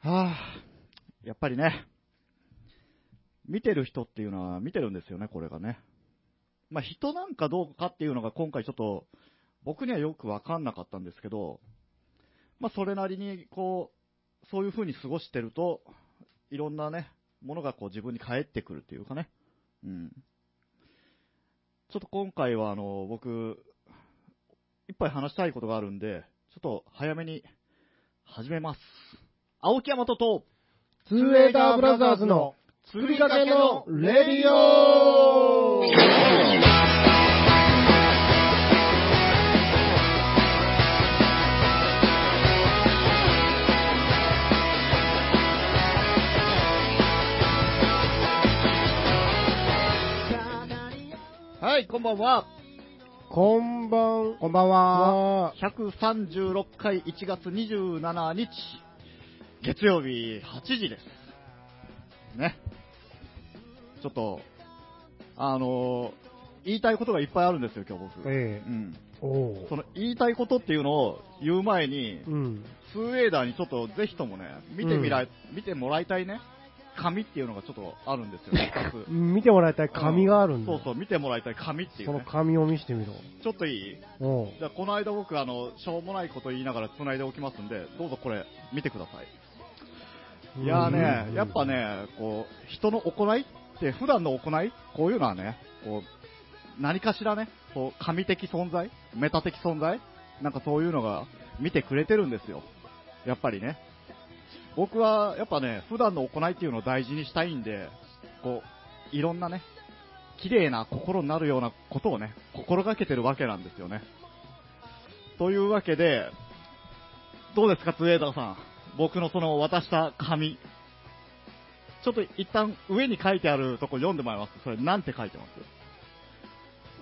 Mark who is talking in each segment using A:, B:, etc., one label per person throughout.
A: はあ、やっぱりね、見てる人っていうのは見てるんですよね、これがね。まあ人なんかどうかっていうのが今回ちょっと僕にはよくわかんなかったんですけど、まあそれなりにこう、そういう風に過ごしてると、いろんなね、ものがこう自分に返ってくるっていうかね。うん。ちょっと今回はあの、僕、いっぱい話したいことがあるんで、ちょっと早めに始めます。青木山とと、
B: ツーエイターブラザーズの
A: 作
B: 作りかけのレディオ
A: はい、こんばんは。
B: こんばん、こんばんは。
A: 136回1月27日、月曜日8時です。ね。ちょっと、あのー言いたいことがいっぱいあるんですよ、今日僕。
B: え
A: う
B: え
A: ん。
B: お。
A: そうの言いたいことっていうのを言う前に、
B: うん。
A: ツーエイダーにちょっとぜひともね、見てみら、見てもらいたいね、紙っていうのがちょっとあるんです よ、二つ。
B: 見てもらいたい紙があるんだ。
A: そうそう、見てもらいたい紙っていう、
B: その
A: ね。
B: 紙を見せてみろ。
A: ちょっといい
B: おう。
A: じゃあこの間僕あのしょうもないこと言いながら繋いでおきますんでどうぞこれ見てくださいいやーね、
B: うん
A: やっぱ。ねこう人の行いって普段の行いこういうのはねこう何かしらねこう神的存在メタ的存在なんかそういうのが見てくれてるんですよやっぱりね僕はやっぱね普段の行いっていうのを大事にしたいんでこういろんなね綺麗な心になるようなことをね心がけてるわけなんですよねというわけで、どうですか、ツエーダーさん。僕のその渡した紙。ちょっと一旦上に書いてあるとこ読んでもらいます。それなんて書いてます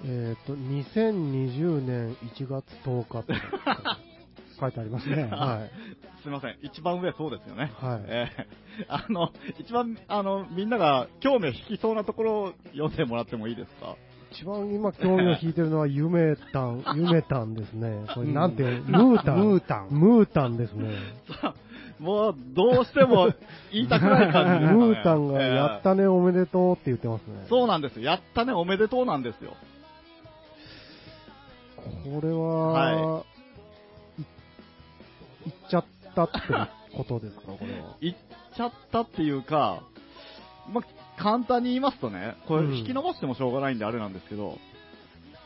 B: えっと、2020年1月10日って 書いてあります ね。はい。
A: すいません。一番上そうですよね。
B: はい
A: えーあの、一番、あの、みんなが興味を引きそうなところを読んでもらってもいいですか
B: 一番今興味を引いてるのは、ゆめたん、ゆめたんですね。 これなんていう
C: うん
B: のムータン。
C: ムータン
B: ムータンですね。
A: さあもう、どうしても言いたくない感じ です、ね。
B: ムータンがやったねおめでとうって言ってます
A: え
B: ね
A: ー。そうなんですよ。やったね、おめでとうなんですよ。
B: これは、い、行っちゃったってことですか、これは。
A: 行っちゃったっていうか、まあ、簡単に言いますとね、これ
B: うん
A: 引き伸ばしてもしょうがないんであれなんですけど、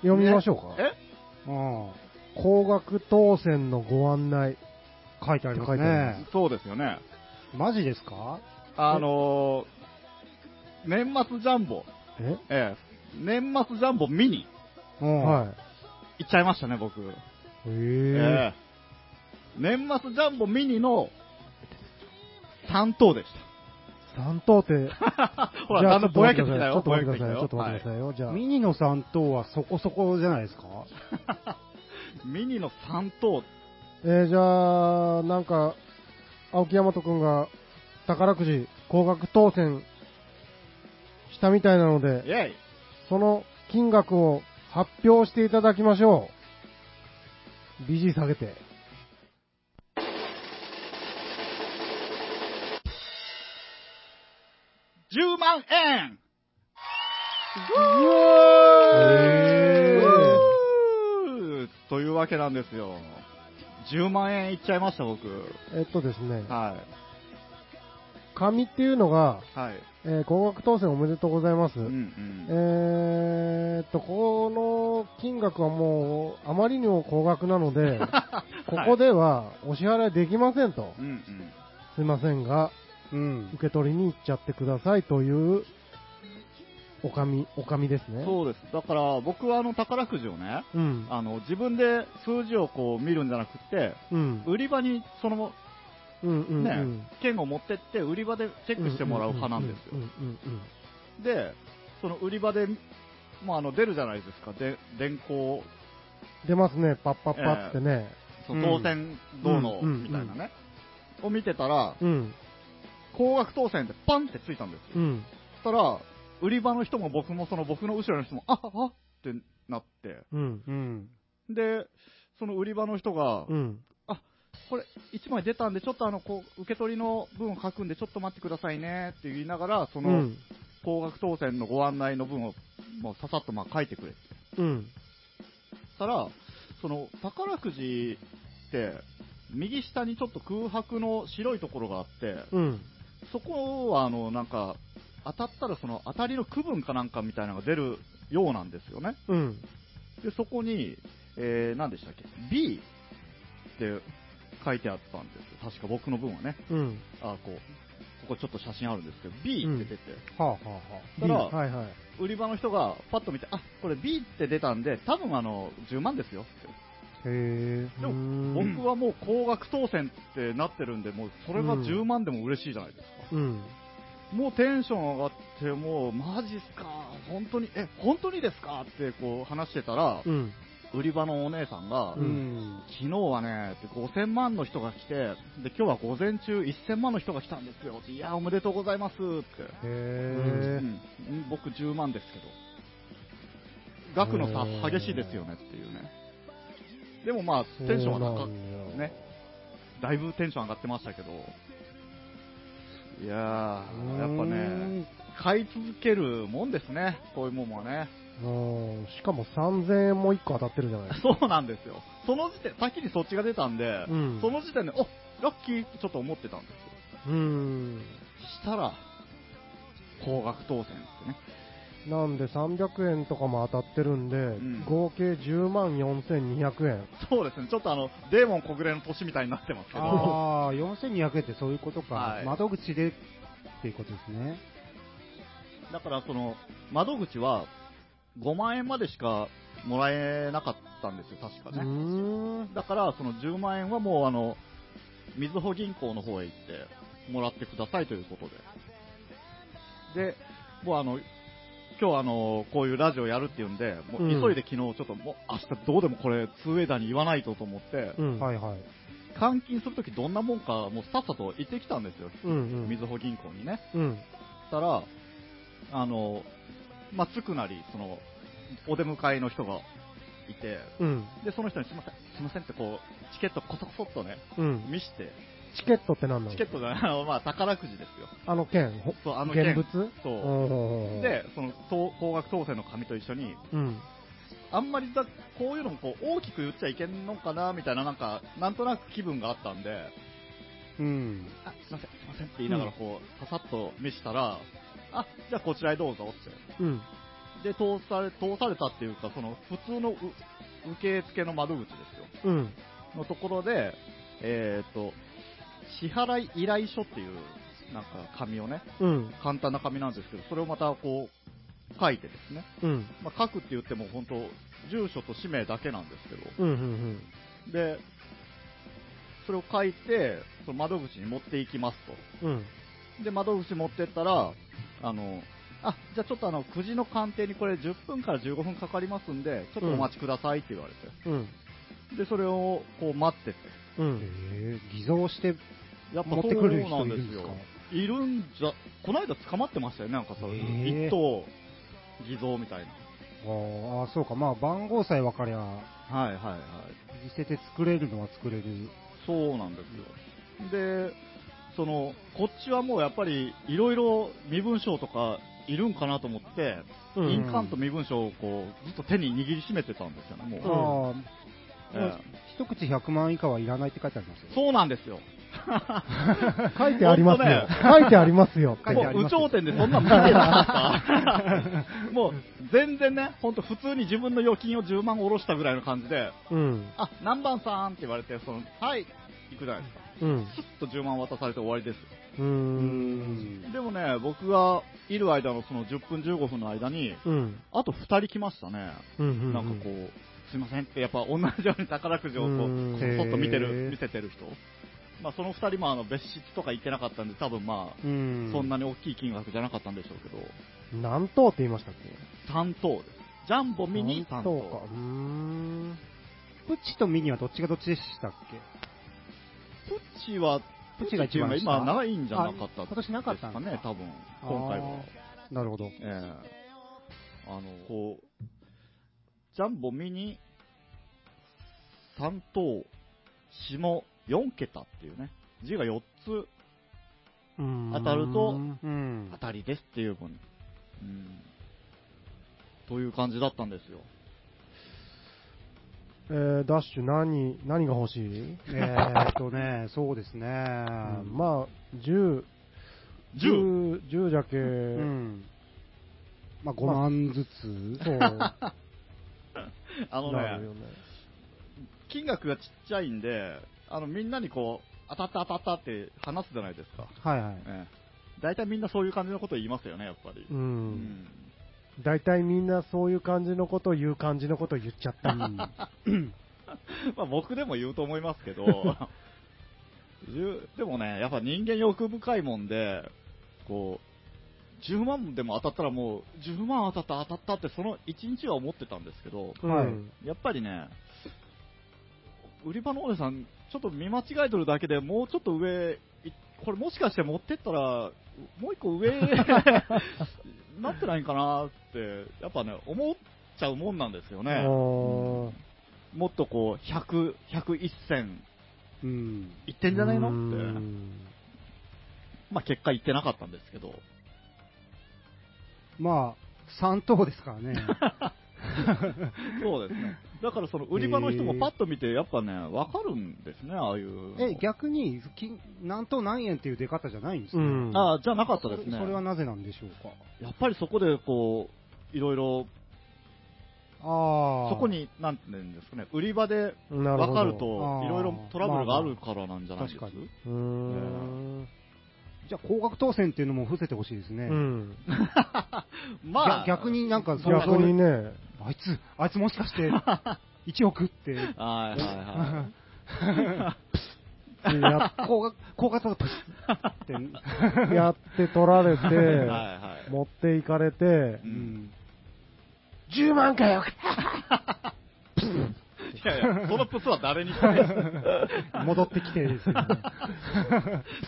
B: 読みましょうか。
A: え
C: うん。
B: 高額当選のご案内。
C: 書いてあります
B: 書いてあり
C: ね。
A: そうですよね。
C: マジですか
A: あのー年末ジャンボ、
B: え
A: ええ、年末ジャンボ見に
C: うん。
B: はい。
A: 行っちゃいましたね、僕。え
B: え
A: え年末ジャンボミニの3等でし
B: 三等って、じ
A: た。 ほら、だんだんぼやけてきた
B: ちょ
A: よ
B: っ、と
A: ぼや
B: 待っ
A: け
B: て
A: てきた
B: ください。ちょ
A: よ
B: っ。と待ってくださいよ。じゃあ、
C: ミニのさんとはそこそこじゃないですか
A: はいミニの3等、
B: えーじゃあ、なんか、青木大和くんが宝くじ高額当選したみたいなので、
A: イェイ
B: その金額を発表していただきましょう。BG 下げて。
A: 10万円
B: え
A: うーというわけなんですよ。10万円いっちゃいました、僕。
B: ーえっとですね、
A: は
B: 紙っていうのが、
A: い。はい。
B: えー高額当選おめでとうございます。
A: うんうん。
B: えーっと、この金額はもう、あまりにも高額なので、 ここではお支払いできませんと。
A: うんうん。
B: すいませんが、
C: うん。
B: 受け取りに行っちゃってくださいという、おかみ、おかみですね。
A: そうです。だから、僕はあの宝くじをね、
B: う。ん。
A: あの、自分で数字をこう見るんじゃなくって、
B: うん。
A: 売り場にその、
B: うん。うん。
A: ね
B: うん。、
A: 券を持ってって、売り場でチェックしてもらう派なんです
B: う
A: よ
B: ん。うんうん
A: で、その売り場で、もうあの、出るじゃないですか。で、電光、
B: 出ますね、パッパッパッってね。
A: その当選どうの、みたいなね。を見てたら、
B: うん。
A: 高額当選でパンってついたんですよ。
B: うん。
A: そしたら、売り場の人も僕もその僕の後ろの人も、あああってなって、
B: うん。
C: うん。
A: で、その売り場の人が、
B: うん。
A: あ、これ、1枚出たんで、ちょっとあの、こう、受け取りの分を書くんで、ちょっと待ってくださいねって言いながら、その、高額当選のご案内の分を、もうささっとまあ書いてくれって
B: うん。
A: 言ったら、その、宝くじって、右下にちょっと空白の白いところがあって、
B: うん。
A: そこは、あの、なんか、当たったらその当たりの区分かなんかみたいなのが出るようなんですよね。
B: うん。
A: で、そこに、えー、何でしたっけ ?B って書いてあったんですよ。確か僕の分はね。
B: うん。
A: あ、こう、ここちょっと写真あるんですけど、B って出て、
C: はあはあは
A: たら
B: はいはい。
A: 売り場の人がパッと見て、あ、これ B って出たんで、多分あの、10万ですよって。
C: あ。へえ。
A: でも
B: も
A: 僕はもう高額当選ってなってるんで、もうそれが
B: うん
A: 10万でも嬉しいじゃないですか。
B: うん。
A: もうテンション上がって、もうマジっすか、本当に、え、本当にですかってこう話してたら、
B: うん。
A: 売り場のお姉さんが、
B: うん
C: ん。
A: 昨日はね、5000万の人が来て、で、今日は午前中1000万の人が来たんですよ。いや、おめでとうございますって。
C: へ
A: う
C: え。
A: ん、僕10万ですけど。額の差
C: へー
A: 激しいですよねっていうね。でもまあ、テンションは高く、
C: く
A: ね。だいぶテンション上がってましたけど。いやー、やっぱね、買い続けるもんですね、こういうもんはね。
B: うん。しかも3000円も1個当たってるじゃないですか。
A: そうなんですよ。その時点、先にそっちが出たんで、
B: うん
A: その時点で、おラッキーってちょっと思ってたんですよ。
B: うん。
A: したら、高額当選ってね。
B: なんで300円とかも当たってるんで、
A: ん
B: 合計10万4200円。
A: そうですね、ちょっとあの、デーモン小暮の年みたいになってますけど、
C: ああ、4200円ってそういうことか。
A: はい
C: 窓口でっていうことですね。
A: だからその、窓口は5万円までしかもらえなかったんですよ、確
B: う
A: か
B: ー
A: ね。
B: ん。
A: だから、その10万円はもうあの、みずほ銀行の方へ行って、もらってくださいということで。で、もうあの、今日あの、こういうラジオやるっていうんで、も
B: うん
A: う急いで昨日ちょっともう明日どうでもこれ、ツーウェイダーに言わないとと思って、
B: うん。。
C: はいいはい。
A: 換金するときどんなもんか、もうさっさと行ってきたんですよ。
B: うんうん。
A: みずほ銀行にね。
B: うん。
A: ったら、あの、まあ、つくなり、その、お出迎えの人がいて、
B: うん。
A: で、その人にすいません、すいませんってこう、チケットこそこそっとね、
B: うん。
A: 見して、
B: チケットって何なの
A: チケットじゃない、あの、まあ、宝くじですよ。
B: あの券。ほ
A: そう、あの
B: 現
A: 券
B: 物。
A: そ
B: お
A: う
B: うおうおう、
A: で、その、当高額当選の紙と一緒に、
B: うん。
A: あんまりだ、こういうのもこう、大きく言っちゃいけんのかな、みたいな、なんか、なんとなく気分があったんで、
C: うん。
A: あ、すいません、すいませんって言いながら、こう、ささっと見したら、あ、じゃあこちらへどうぞって。
B: うん。
A: で通され通されたっていうか、その普通のう受付の窓口ですよ、
B: うん。
A: のところで、えー、と支払い依頼書っていうなんか紙をね、
B: うん。
A: 簡単な紙なんですけど、それをまたこう書いてですね、
B: うん。
A: まあ、書くって言っても本当、住所と氏名だけなんですけど、
B: うん。うん。
A: でそれを書いて、その窓口に持っていきますと。
B: うん。
A: で、窓口持ってったら、あの、あ、じゃあちょっとあの、9時の鑑定にこれ10分から15分かかりますんで、ちょっとお待ちくださいって言われて。
B: うん。
A: で、それをこう待ってて。
B: う
C: へ
B: ん。
C: え、偽造して
A: やっぱ
C: 持ってくる
A: そう
C: 人い
A: な
C: る
A: ん
C: ん
A: で
C: ですす
A: よ
C: か。
A: いるんじゃ、この間捕まってましたよね、なんかそうい
C: へ
A: う。
C: え
A: 一等、偽造みたい
C: あーあー、そうか。まあ、番号さえ分かりゃ、
A: な。はいはいはい。
C: 見せて作れるのは作れる。
A: そうなんですよ。で、その、こっちはもうやっぱり、いろいろ身分証とか、いるんかなと思って、
B: うん
A: 印鑑と身分証をこう、ずっと手に握りしめてたんですよね、もう。
B: うん
C: ああ、
A: え
C: も
A: え
C: う一口100万以下はいらないって書いてありますよ。
A: そうなんですよ。
B: 書いてありますよ
A: 本。
B: 書いてありますよ。
C: 書いてあ り
A: もう、有
C: ますよ
A: 頂天でそんなん見てなかった。もう、全然ね、ほんと普通に自分の預金を10万下ろしたぐらいの感じで、
B: うん。
A: あ、何番さんって言われて、その、はい、行くじゃないですか。
B: うん。
A: スッと10万渡されて終わりです。
B: うーん。
A: でもね、僕がいる間のその10分15分の間に、
B: うん。
A: あと2人来ましたね。
B: うん。うん。
A: なんかこう、すいませんって、やっぱ同じように宝くじをこ
B: うん
A: う、こそっと見て
C: へー
A: る、見せてる人。まあその二人もあの別室とか行ってなかったんで、多分まあ、
C: うん
A: そんなに大きい金額じゃなかったんでしょうけど、
B: 何等って言いましたっけ
A: 3等です。ジャンボミニ3
B: 何
A: 等
B: 等か。うーん。
C: プチとミニはどっちがどっちでしたっけ
A: プチは、
C: プチが一番下
A: プチが今ないんじゃなかった
C: あ今年なかったん
A: です
C: だ
A: かね、多分、今回は。。
C: あーなるほど。
A: ええあの、こう、ジャンボミニ3等、下4桁っていうね、字が4つ
C: 当
A: 当たると
C: うん
A: 当。たりですっていうのに、うん、という感じだったんですよ。
B: えー、ダッシュ何、何が欲しい、
C: えーっとね、そうです
B: う
C: ね。
B: んまあ、10、
A: 10!
B: 10じゃけ、
C: うん。まあ、5万ずつ。
B: そう
A: あの
B: な
A: ね
B: る、よね。
A: 金額がちっちゃいんで、あの、みんなにこう、当たった当たったって話すじゃないですか。
C: はいはい。
A: ええ。大体みんなそういう感じのことを言いますよね、やっぱり。
B: う。
A: うんん
B: 大体みんなそういう感じのことを言う感じのことを言っちゃっ た。
A: まあ僕でも言うと思いますけど、10でもね、やっぱ人間欲深いもんで、こう、10万でも当たったらもう、10万当たった当たったってその1日は思ってたんですけど、
B: うん
C: はい
A: やっぱりね、売り場のお姉さん、ちょっと見間違えとるだけでもうちょっと上、いこれもしかして持ってったら、もう一個上 なってないんかなって、やっぱね、思っちゃうもんなんですよね。
B: おー
A: もっとこう、100、101戦、
C: うん。
A: いってんじゃないうのって。
B: ん
A: まあ結果いってなかったんですけど。
C: まあ、3等ですから ね。
A: そうですね。だからその売り場の人もパッと見て、やっぱね、わかるんですね、ああいう。
C: え、逆に、金何等何円っていう出方じゃないんです
B: う
C: ね
B: ん。
A: ああ、じゃなかったですね。
C: それはなぜなんでしょうか。
A: やっぱりそこでこう、いろいろ、
C: あ
A: そこ、に、なんて言うんですかね、売り場で
B: な
A: 分
B: るほど。
A: かると、い
C: あー
A: ろいろトラブルがあるからなんじゃないです
C: まあまあ
B: うーん。
C: じゃあ、高額当選っていうのも伏せてほしいですね。
B: うん。
A: まあ、
C: 逆逆になんかそう
A: まあ
B: 逆にね、
C: あいつ、あいつもしか して、1億って。
A: はいはいは
B: やっ
C: 高額、高額だとプスっ て。
B: やって取られ
A: い。は
B: て、
A: いはい。
B: 持っていかれて
A: う
C: う、
A: ん。
C: ん。
B: 10万かよ
A: いやいや、そのプスは誰にしてないです
C: 戻ってきてです よね。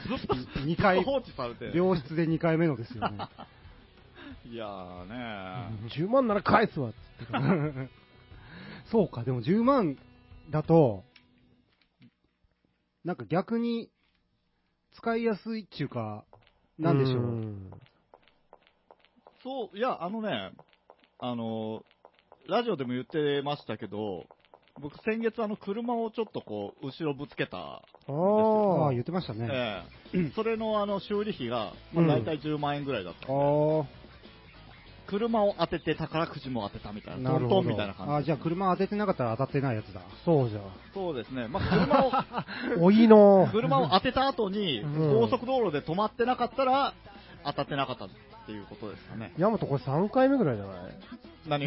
A: ずっと
C: 二回
A: 放置されて。
C: 病室で2回目のですよね。
A: いやーね
B: 10万なら返すわっつって
C: そうか、でも10万だと、なんか逆に使いやすいっていうか、なんでしょう。
B: ん
A: そう、いや、あのね、あの、ラジオでも言ってましたけど、僕先月あの車をちょっとこう、後ろぶつけた、
C: あ
B: あ
C: あ、
B: ー
C: 言ってましたね。
A: ええそれのあの修理費が、
B: うん
A: まあ、大体10万円ぐらいだったんで、
B: あ
A: 車を当てて宝くじも当てたみたいな、
C: な
A: ト
C: る
A: ント
C: ほ
A: ン
C: ど。
A: みたいな
C: あ
A: 感
C: ー
A: じ。
C: じゃあ車当ててなかったら当たってないやつだ。
B: そうじゃ
A: そうですね。まあ、車を、
B: ん。おいいの
A: 車を当てた後に、
B: うん
A: 高速道路で止まってなかったら、当たってなかったっていうことですかね。
B: ヤマトこれ3回目ぐらいじゃない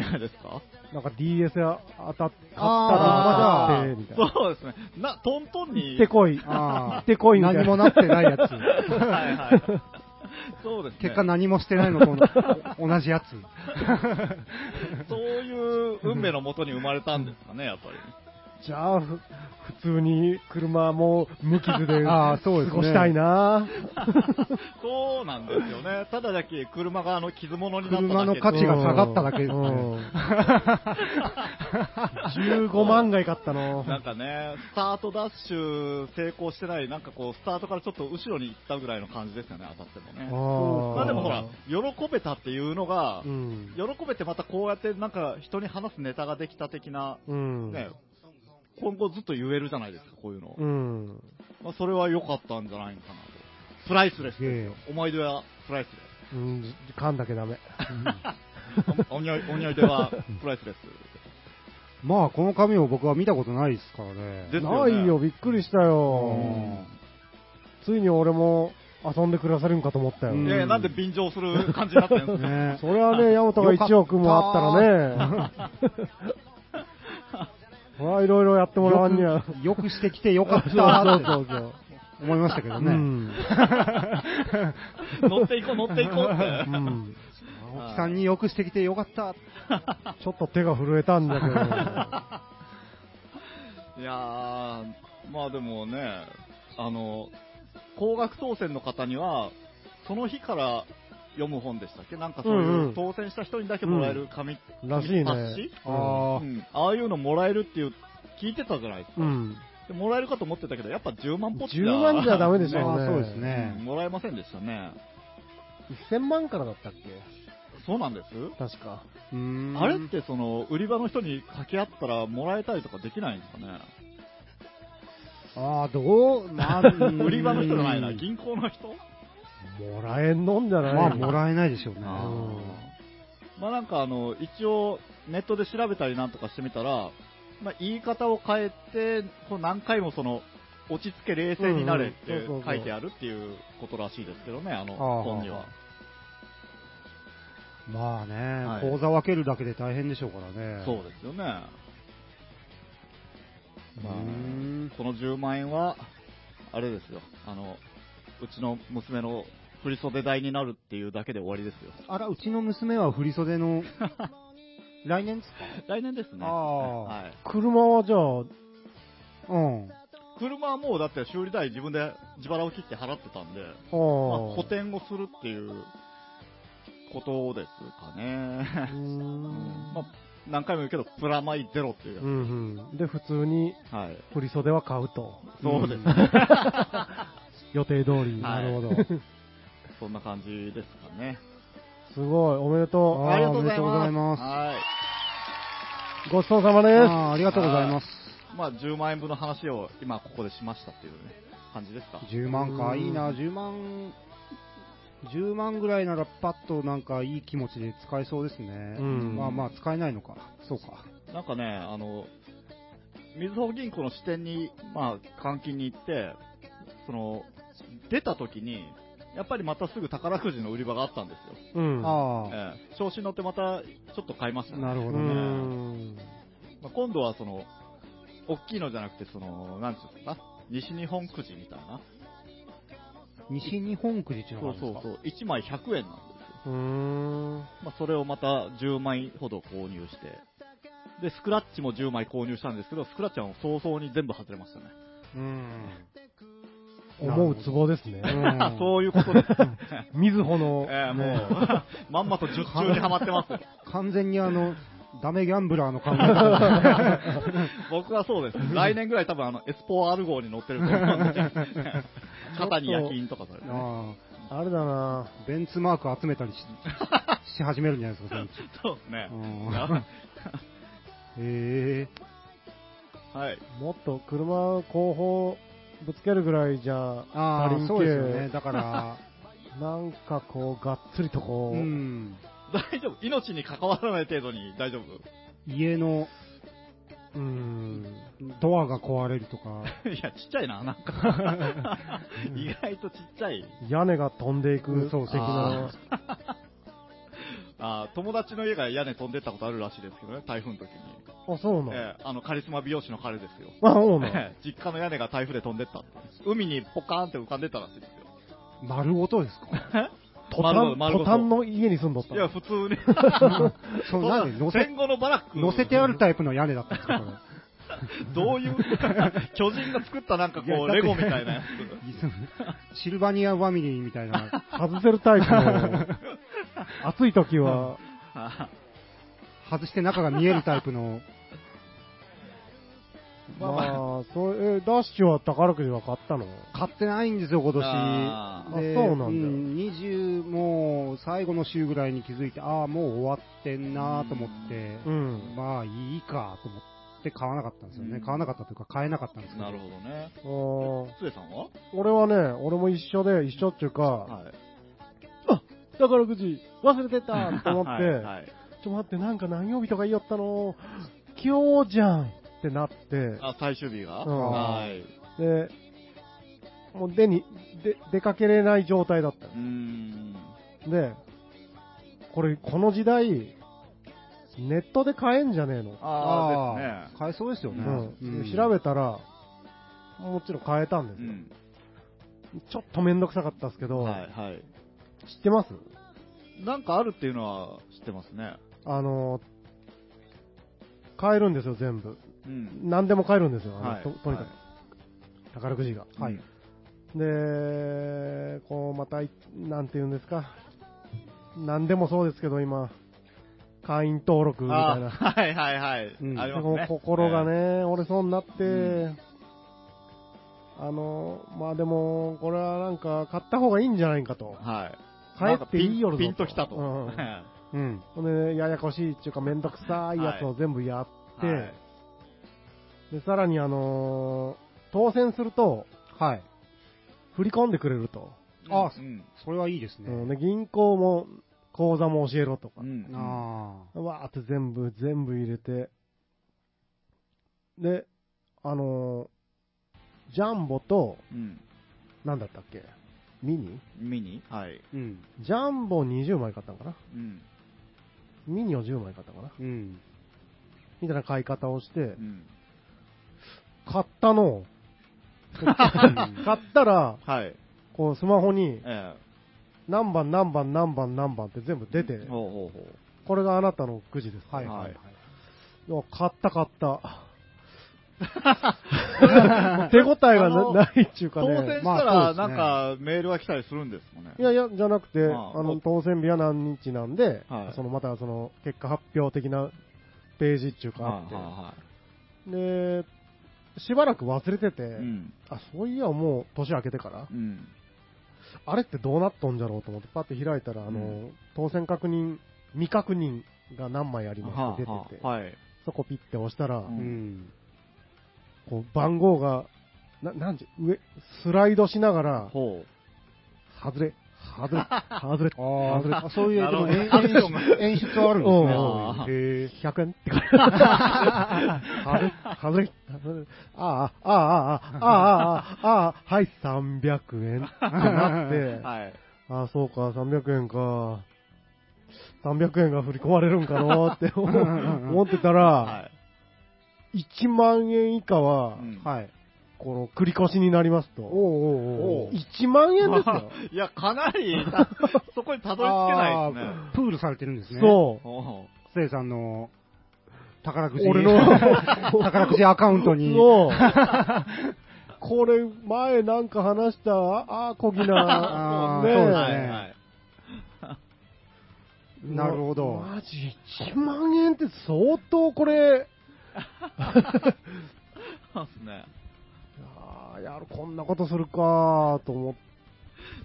A: 何がですか
B: なんか DS や当たっ買った
C: あ
B: ら
C: ー
B: 当たって、みたいな。
A: そうですね。な、トントン
B: 行
A: に。
B: ってこい。
C: あー
B: 行ってこいみたいな。
C: 何もなってな いや
A: は
C: つ。
A: いはい。そうですね。
C: 結果何もしてないのと同じやつ。
A: そういう運命のもとに生まれたんですかね、やっぱり。
B: じゃあ、ふ普通に車も無傷で
C: あ
B: 過
C: あそう
B: ご
C: ですね
B: したいな。
A: そうなんですよね。ただだけ車があの傷物になっただけ
C: 車の価値が下がっただけですね
B: うん15万がいかったの。
A: なんかね、スタートダッシュ成功してない、なんかこう、スタートからちょっと後ろに行ったぐらいの感じですよね、当たってもね。まあでもほら、喜べたっていうのが、
B: うん。
A: 喜べてまたこうやってなんか人に話すネタができた的な、
B: うん。
A: ね、今後ずっと言えるじゃないですか、こういうの。
B: うん。
A: まあ、それは良かったんじゃないのかなと。プライスレスですよ
C: いえ。
A: 思い出はプライス
B: うん。噛んだけダメ。
A: レス。おおにおいおにおい出はプライスレス。
C: まあこの紙を僕は見たことないですからね。
A: ですよ
B: な
A: ね
B: いよ、びっくりしたよ。
C: う
B: ついに俺も遊んでくださるんかと思ったよ。
C: うん
A: いやいやなんで便乗する感じになってるんです
C: ん
A: か、
C: ね
B: それはね、ヤマトが1億もあったらね。 まあ、いろいろやってもらわんには。
C: よくよくしてきてよかっ
B: そう
C: た
B: そう
C: って
B: そう
C: 思いましたけ
B: そ
C: ど
B: う。
C: ね。
B: うん。
A: 乗っていこう、乗っていこうって。
B: うん
C: 青木さんによくしてきてよかった。
B: ちょっと手が震えたんだけど。
A: いやー、まあでもね、あの、高額当選の方には、その日から読む本でしたっけなんかそう
B: うん
A: いううん当選した人にだけもらえる紙、
B: らしいね
A: 冊子。
B: あ
A: うんああいうのもらえるっていう聞いてたじゃないですか。
B: うん。
A: でもらえるかと思ってたけど、やっぱ10万ポッチ
B: 10万じゃダ メでしょ
C: ま
B: ね
C: あそうです
A: うん
C: ね。
A: もらえませんでしたね。
B: 1000万からだったっけ
A: そうなんです
B: 確か。
C: うーん
A: あれってその、売り場の人に掛け合ったらもらえたりとかできないんですかね
C: ああ、どう、まあ、うー ん
A: 売り場の人じゃないな、銀行の人
B: もらえんのんじゃない
C: まあ、もらえないでしょうね。
A: あーまあなんかあの、一応ネットで調べたりなんとかしてみたら、まあ言い方を変えて、こう何回もその、落ち着け冷静になれっ
B: うんう
A: て
B: んそうそうそ
A: 書
B: う
A: いてあるっていうことらしいですけどね、あの
B: あー
A: 本には。
C: まあね、
A: はい
C: 口座分けるだけで大変でしょうからね。
A: そうですよね。ま
C: うー
A: あ、
C: ん
A: この10万円は、あれですよ、あの、うちの娘の振り袖代になるっていうだけで終わりですよ。
C: あら、うちの娘は振り袖の、来年です
A: 来年ですね。
C: ああ
A: はい。
B: 車はじゃあ、
C: かうん。
A: 車はもうだって修理代自分で自腹を切って払ってたんで、
B: あ
A: まあ
B: ー、
A: 補填をするっていうことですか
B: うー
A: ね。
B: ん
A: まあ、何回も言うけど、プラマイゼロっていうやつ。
B: うんうん。で、普通に
A: はい。
B: 振り袖は買うと。
A: そうですね。
B: 予定通り。
A: は
C: ないるほど。
A: そんな感じですかね。
B: すごい、おめでとう。
C: あー
A: ありがとうござい
C: おめでとうご
A: ま
C: ざ
A: す。
C: います
A: はい。
B: ごちそうさま
C: あ
B: です。
C: あありがとうございます。
A: まあ、10万円分の話を今ここでしましたっていうね、感じですか。
C: 10万
B: う
C: か、
B: ん
C: いいな、10万、10万ぐらいならパッとなんかいい気持ちで使えそうですね。
B: うん
C: まあまあ、使えないのか。そうか。
A: なんかね、あの、みずほ銀行の支店に、まあ、監禁に行って、その、出た時に、やっぱりまたすぐ宝くじの売り場があったんですよ。
B: うん。
C: あ
A: ええ調子に乗ってまた、ちょっと買いました
C: あ、
A: ね。
C: なる
B: う
C: ほど
A: う
C: ね。
B: ん。
A: まあ今度はその、大きいのじゃなくて、その、なんていうのかな、西日本くじみたいな。
C: 西日本くじっていう
A: そ
C: の
A: う
C: がある
A: そ
C: ん
A: う
C: です
A: そう、1
C: か
A: 枚100円なんですよ。
B: うーん。
A: まあ、それをまた10枚ほど購入して、で、スクラッチも10枚購入したんですけど、スクラッチはもう早々に全部外れましたね。
C: うん
B: 思うツボですね。
C: う ん
A: そういうことです。
B: みずほの、
A: えーもう、 まんまと術中にはまってます。
C: 完全にあ の、ダメギャンブラーの感覚。
A: 僕はそうです。来年ぐらい多分あの、エスポアル号に乗ってると思うん で肩に夜勤とかされて、ね。
C: あ
B: あれだな
C: あベンツマーク集めたり しし始めるんじゃないですか、そのうち
A: そうですね
C: う。んへえ。
A: はい。
B: もっと車後方ぶつけるぐらいじゃ、
C: あ
B: 足りんけ
C: あ、そうですよね。だから、
B: なんかこう、がっつりとこう、
C: うん
A: 大丈夫。命に関わらない程度に大丈夫。
C: 家の
B: うん
C: ドアが壊れる とか、
A: いや、ちっちゃいな、なんか。意外とちっちゃい。
B: 屋根が飛んでいく
C: そう
B: 的な、
A: あー友達の家が屋根飛んでったことあるらしいですけどね、台風の時に。
B: あ、そうなの、
A: ええあの、カリスマ美容師の彼ですよ。
B: あ、そうなの、
A: ええ実家の屋根が台風で飛んでったって。海にポカーンって浮かんでったらしいですよ。
C: 丸ごとです か
B: トタ
A: 丸ご
B: ン、
A: と丸ご
B: ト
A: と
B: タンの家に住んどった
A: い
B: の
A: や、普通に。
C: そう、なんで乗せ、
A: 戦後のバラック。
C: 乗せてあるタイプの屋根だったんですか、これ。
A: どういう巨人が作ったなんかこ
C: いやだっ
A: う、
C: て
A: レゴみたいなやつ。
C: シルバニアファミリーみたいな。
B: 外せるタイプの、 暑い時は、
A: あ
C: 外して中が見えるタイプ の。
A: ま
B: ま
A: あ
B: あ、
A: まあ
B: そうえダッシュは宝くじは買ったの
C: 買ってないんですよ、今
A: あ
C: 年。
B: ー
C: で
B: あそうなんだ
C: 20、もう、最後の週ぐらいに気づいて、ああ、もう終わってんなーと思って、
B: うん。
C: まあ、いいかと思って買わなかったんですよ
A: う
C: ね。
A: ん
C: 買わなかったというか、買えなかったんです
A: ー
C: けど。
A: なるほどね。
B: あー
A: つえさんは
B: 俺はね、俺も一緒で、一緒っていうか、
A: はい。
B: 宝くじ忘れてたと思っ
A: は
B: て、
A: いはい。
B: ちょっと待って、なんか何曜日とか言いよったの、 今日じゃんってなって、
A: あ、最終日が
B: うん
A: はい。
B: で、もう出に、で、出かけれない状態だった
A: うーん。
B: ので、これ、この時代、ネットで買えんじゃねえの。
A: ああ、
C: あー買えそうですよ
B: う
C: ね。
B: ん。で
C: うん
B: 調べたら、もちろん買えたんで
A: ですす
B: よ。
A: ね。
B: ちょっとめんどくさかったですけ
A: う
B: ど、
A: ん。はい、はい。
B: 知ってます
A: なんかあるっていうのは知ってますね。
B: あの、買えるんですよ、全部。
A: うん。
B: 何でも買えるんですよ、あの
A: はい。
B: ととにかく、宝くじが。
A: はい。
B: で、こう、またい、なんて言うんですか。何でもそうですけど、今、会員登録みたい
A: あ
B: な。
A: はいはいはい。
C: うん
A: あります
B: もう
A: ね。
B: 心が
A: え
B: ね、俺そうになって、
A: う
B: あの、まあでも、これはなんか、買った方がいいんじゃないかと。
A: はい。
B: 帰っていいよ
A: なんかピンピンときたと。
B: うん
A: は
C: うん。
B: ほんで、ややこしいっていうか、めんどくさいやつを全部やって、
A: い。
B: で、さらにあのー当選すると、
C: はい。
B: 振り込んでくれると。
C: あ
A: うん。
C: それはいいですね。
B: うん、で、銀行も、口座も教えろとか
A: う、ん。
C: ああ。
B: わーって全部、全部入れて、で、あのージャンボと、
A: うん。
B: なんだったっけミニ
A: ミニはい。
C: うん。
B: ジャンボ20枚買ったのかな
A: うん。
B: ミニを10枚買ったのかな
C: うん。
B: みたいな買い方をして
A: う、ん。
B: 買っ たの。買ったら、
A: はい。
B: こうスマホに
A: え
B: 何番何番何番何番って全部出て
A: え。、ほうほうほう。
B: これがあなたのくじです。
C: はい
A: は
C: はいい
B: いや買った 買った。手応えが
A: あの
B: なないっていうか
A: 当
B: ね。
A: 選した
C: ま
A: ら、
C: あそ
A: な
C: うんですね
A: か、メールが来たりするんですもんね。
B: いやいや、じゃなくて、
A: ああ
B: あの、当選日は何日なんで、
A: はい
B: その、またその、結果発表的なページっていうかあって、
A: はいは
B: で、しばらく忘れてて、
A: いはい。うん。
B: あ、そういやもう年明けてから、
A: うん。
B: あれってどうなっとんじゃろうと思って、パッて開いたら、あの、
A: うん
B: 当選確認、未確認が何枚あり
A: は
B: ますって出てて、
A: あはあはい。
B: そこピッて押したら、
A: う
C: うんん。
B: こう番号が、な、なんじ、上、スライドしながら、
A: ほう。
B: 外れ、外れ、外れ、
C: あ
B: 外れ、
C: あ、そういう、
A: な
C: で
A: るほ
C: も
A: ど
C: 演出演出はあるんです
A: う
C: ね
A: ん
C: そういう。へえ。
B: 100円ってから 外れ、外れ、ああ、ああ、ああ、ああ、ああ、ああ、はい、300円ってなって、
A: はい。
B: ああ、そうか、300円か。300円が振り込まれるんかなって思 思ってたら、
A: は
B: 1万円以下は
A: う、ん
B: はい、この繰り越しになりますと。
A: おう
B: 1万円ですよ。
A: い。いや、かなり、 たそこにたどり着けないですね。
C: あープールされてるんですね。う。
B: そ
A: ほう
C: せいさんの宝く
B: う。
C: じ。
B: 俺の、
C: 宝くじアカウントに。
B: そう。これ、前なんか話した、ああ、小木な
C: あー
B: ねえ
C: そう
A: は
C: だ
A: い
C: ね
A: はい。
C: なるほど。
B: マジ、1万円って相当これ、
A: そうですね。
B: ああ、やる、こんなことするかと思って。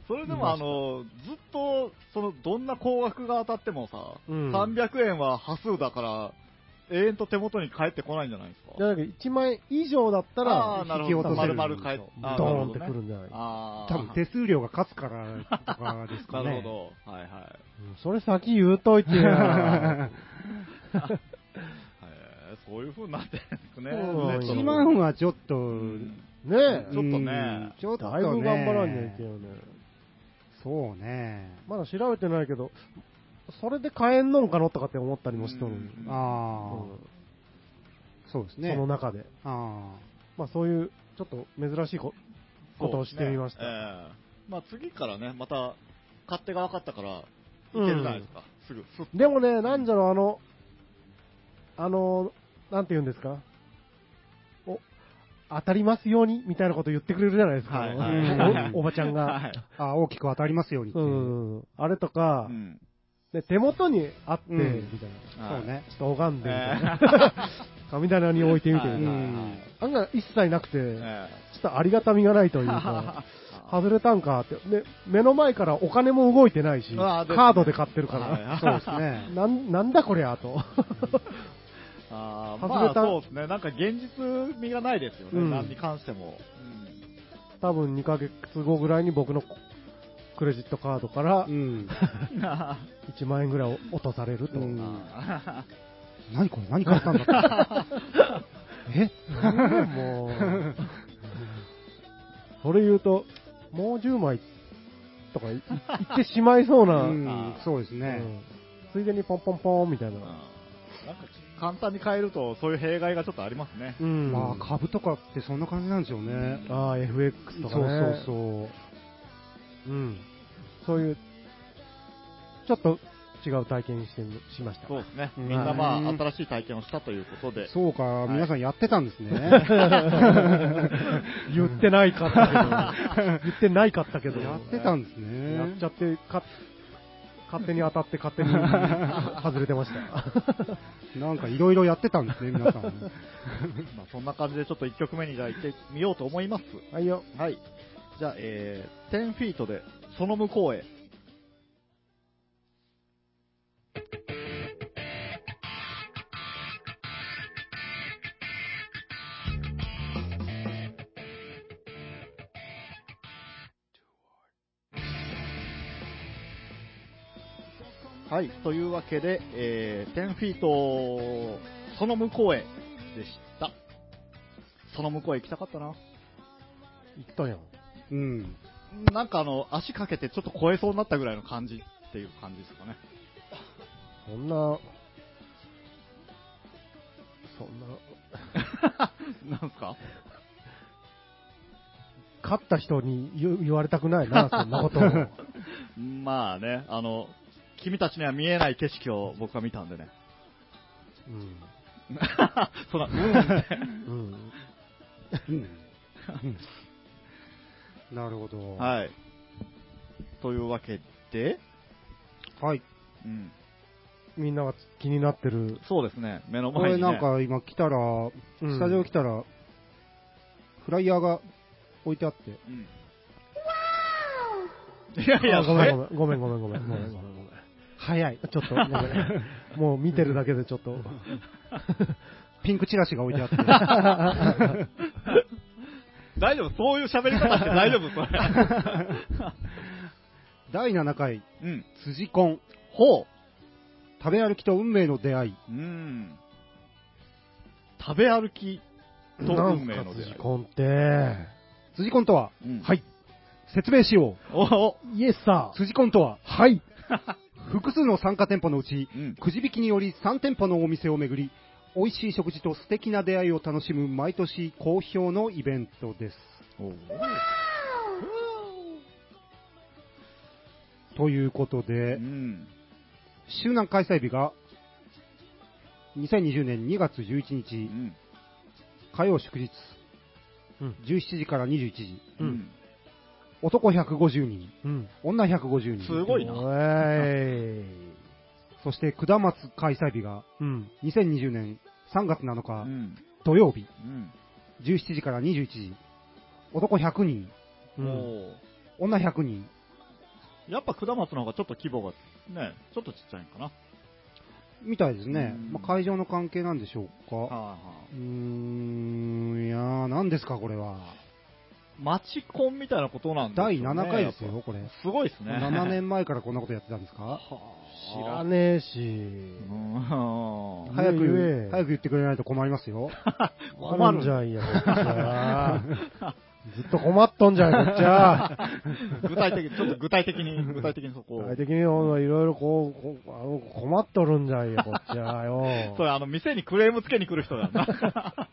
A: それでもあの、ずっと、その、どんな高額が当たってもさ、
B: うん
A: 300円は端数だから、永遠と手元に返ってこないんじゃないですか
B: じ。ゃなくて、1万円以上だった
A: あ
B: ら
A: ー、なる
C: 引
A: ほ
C: き
A: ど
C: 落とせる。
A: 丸々返っ
C: そう
A: あー
B: ドー
A: なる
B: ン
A: ほ
B: っ
A: ど
B: て
A: ね
B: くるんじゃないか
A: ああ。
C: 多分手数料が勝つからとかです か
A: な
C: ね。
A: るほど。はいはい。へ
B: うんそれ先言うといて や。
A: えそういう風になってるんですね。
B: そうなんよ
A: ネットの
C: 1万はちょっと、
A: うん
B: ねえ
A: ちょっとね
C: うんちょっとね
B: だいぶ頑張らんにゃいけんよね。
C: そうね。
B: まだ調べてないけど、それで買えんのんかのとかって思ったりもしとる。
A: うん
B: う
C: あ
B: ん
C: あ、そうです
B: その
C: ね。
B: 中で。
C: あ
B: まあそういう、ちょっと珍しいこことをしてみまし
A: そうです
B: た。
A: ねええまあ次からね、また、勝手が分かったから、いけるじゃないですか。すぐ、すっ
B: でもね、なんじゃろう、あの、あの、なんて言うんですかお、当たりますように、みたいなこと言ってくれるじゃないですか。
A: はい
C: はい
B: おおばちゃん が。
A: はい。
C: あ、ああ大きく当たりますようにって
B: う
C: い
B: ん。あれとか、
A: うん。
B: で手元にあって、
C: う
B: みたいな。
A: は
C: ん
A: い
C: そう。ね。
B: ちょっと拝んで、みたい
A: え
B: な。神棚に置いて
A: え
B: みて
A: は
B: みた
A: い
B: いな
A: はいはい
C: うん
B: 案外一切なくて、ち
A: え
B: ょっとありがたみがないとい うか、外れたんかって。で、目の前からお金も動いてないし、
A: う
B: カ
A: わで
B: ードで買って
A: え
B: るから。
A: はい
C: そうで すね。
B: なんなんだこりゃと。
A: あー
B: 外
A: ま
B: れ
A: あ、
B: た
A: そうですね。なんか現実味がないですよね。
B: うん
A: 何に関しても。
B: 多分2ヶ月後ぐらいに僕のクレジットカードから
C: うん。
A: あ
B: 1万円ぐらい落とされると。
C: うん
A: ー
C: 何これ何買ったんだってえ
B: もう、それ言うと、もう10枚とかいいってしまいそう
C: う
B: な、
C: ん、そうです
B: う
C: ね。
B: んついでにポンポンポンみたい
A: うん
B: な。
A: なんか簡単に変えると、そういう弊害がちょっとありますね。
B: うん
C: まあ株とかってそんな感じなんでしょうね。
B: ああ、FX
C: そ
B: と
C: う
B: かね。
C: そうそう。
B: うん。そういう、ちょっと違う体験してみしました。
A: そうですね。
C: うん
A: みんなまあ、
C: うん
A: 新しい体験をしたということで。
C: そうか、
A: い
C: 皆さんやってたんですね。
B: 言ってないかったけど、言ってないかったけど、
C: やってたんですね。
B: やっちゃって、か勝手に当たって 勝手に外れてました。
C: なんかいろいろやってたんですね、皆さん。
A: まあ、そんな感じでちょっと1曲目にじゃあ行ってみようと思います。
B: はいよ。
A: はい。じゃあ、えー、10フィートで、その向こうへ。はい、というわけで、えー、10フィート、その向こうへでした。その向こうへ行きたかったな。
B: 行ったやん。
C: うん。
A: なんかあの、足かけてちょっと超えそうになったぐらいの感じっていう感じですかね。
B: そんな、そんな、
A: なんすか
B: 勝った人に言言われたくないな、そんなことを。
A: まあね、あの、君たちには見えない景色を僕は見たんでね。
B: うん
A: そんな、うん
B: うん
C: うんなるほど。
A: はい。というわけで、
C: はい。
A: うん、
B: みんなが気になってる、
A: そうですね、目の
C: こ
A: 前
C: れ
A: に、ね。
C: なんか今来たら、
B: うん
C: スタジオ来たら、フライヤーが置いて あって、
A: うん、いやいや、
B: あごめん
A: え
B: ごめんごめんごめんごめんごめんごめんごめん早い、ちょっとごめん、もう見てるだけでちょっ と、
C: ピンクチラシが置い てあって、
A: 大丈夫そういう喋り方って大丈夫それ。
C: 第7回、
A: うん。
C: 辻コン、
A: ほう。
C: 食べ歩きと運命の出会い。
A: うん。食べ歩きと運命の出会い
B: 辻。婚って、
C: 辻コンとは、
A: うん
C: はい。説明しよ
A: おお。
B: イエスさ
C: う。、辻コンとは、 はい。複数の参加店舗のうち、
A: うん。
C: くじ引きにより3店舗のお店を巡り、美味しい食事と素敵な出会いを楽しむ毎年好評のイベントです。ということ
A: う
C: で、
A: ん。
C: 周南開催日が2020年2月11
A: う
C: 日
A: ん。
C: 火曜祝日
B: うん
C: 17時から21時
A: うん。
C: 男150人
B: うん、
C: 女150人
A: すごいな
B: おーい
C: そして下松開催日が
B: うん、
C: 2020年3月7
A: う
C: 日
A: ん。
C: 土曜日
A: うん。
C: 17時から21時男100人
B: う
A: お
B: ん、
A: ー
C: 女100人
A: やっぱ下松の方がちょっと規模がね、ちょっとちっちゃいんかな。
C: みたいですね
A: うん、
C: まあ、会場の関係なんでしょう
A: は
C: か
A: あは
C: うーんいやー何ですかこれは
A: あ。マチコンみたいなことなんです
C: 第
A: よね
C: 7回です
A: やっ
C: よこれ
A: ぱすごいですね。
C: 7年前からこんなことやってたんですか
B: 知らねえし、
A: うん。
C: 早く
B: 言
C: 言
B: え
C: う早く言ってくれないと困ります よ。
B: 困るんじゃんや、こっち はずっと困っとんじゃん、こっちは。
A: 具体的に、ちょっと具体的に、具体的にそこを
B: 具体的にほんといろいろこう、こうあの困っとるんじゃんや、こっちはよ。
A: それあの、店にクレームつけに来る人だよな。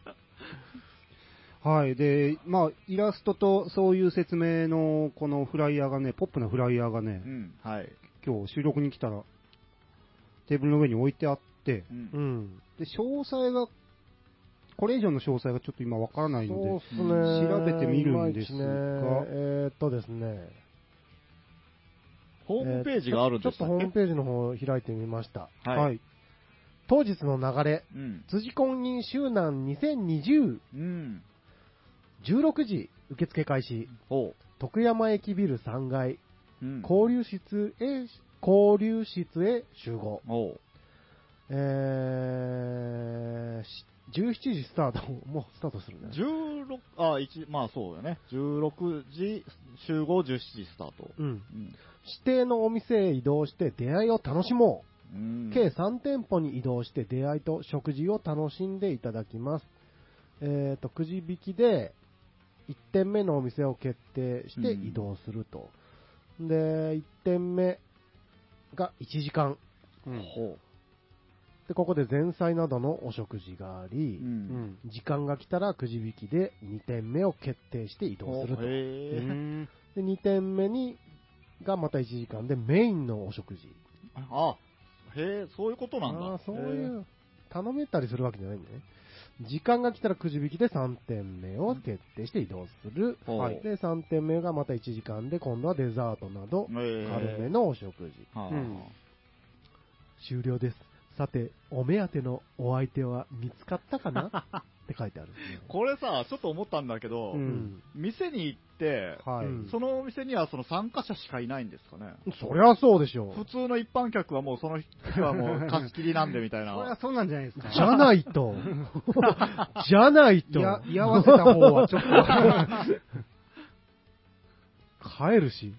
C: はい。で、まあ、イラストとそういう説明のこのフライヤーがね、ポップなフライヤーがね
A: う、ん。はい。
C: 今日収録に来たら、テーブルの上に置いてあって、
A: うん
B: うん。
C: で、詳細が、これ以上の詳細がちょっと今わからないの
B: そうっ
C: で、
B: すね。
C: 調べてみるんですが
B: いまいちねえーっとですね。
A: ホームページがあるん
B: ちょ
A: で
B: っ
A: す
B: とホームページの方を開いてみました。
A: はい。
C: い。
B: 当日の流れ、
A: うん。
B: 辻婚人周南2020、
A: うん。
B: 16時受付開始、
A: ほ
B: 徳山駅ビル3階、
A: う。うん。
B: 交流室へ、交流室へ集合。
A: ほう。
B: えー、し17時スタート、もうスタートするね。
A: 16あ一まあそうだね16時集合17時スタート
B: うん。
A: うん、
B: 指定のお店へ移動して出会いを楽しもう。
A: うん
B: 計3店舗に移動して出会いと食事を楽しんでいただきます。えー、と、くじ引きで1店目のお店を決定して
A: うん
B: 移動すると。で、1店目が1時間。
A: ほ
B: で、ここで前菜などのお食事があり、
A: う、う、
C: うんん。
B: 時間が来たらくじ引きで2店目を決定して移動
A: ほ
B: す
A: う
B: ると。で、
C: う
A: へえ
C: ん
B: 2店目に、がまた1時間でメインのお食事。
A: あへえそういうことなんだ
B: ああー、そうい
A: へえ
B: う、頼めたりするわけじゃないんだね。時間が来たらくじ引きで3点目を決定して移動する。
A: ほう
B: はいで、3点目がまた1時間で、今度はデザートなど、
A: えー
B: 軽めのお食事。
A: はあ
C: うん
B: 終了です。さて、お目当てのお相手は見つかったかなって書いてあるんですね。
A: これさ、ちょっと思ったんだけど、
C: う
B: うんん。
A: 店に行って、
C: はい。
B: うん
A: そのお店にはその参加者しかいないんですかね。
B: そりゃそうでしょ
A: 普
B: う。
A: 通の一般客はもうその日はもう貸し切りなんでみたい
C: そりゃ
A: な。
C: そうなんじゃないですか。
B: じゃな いと。じゃないと
C: い。や、居合わせた方はちょっ
B: 帰るし。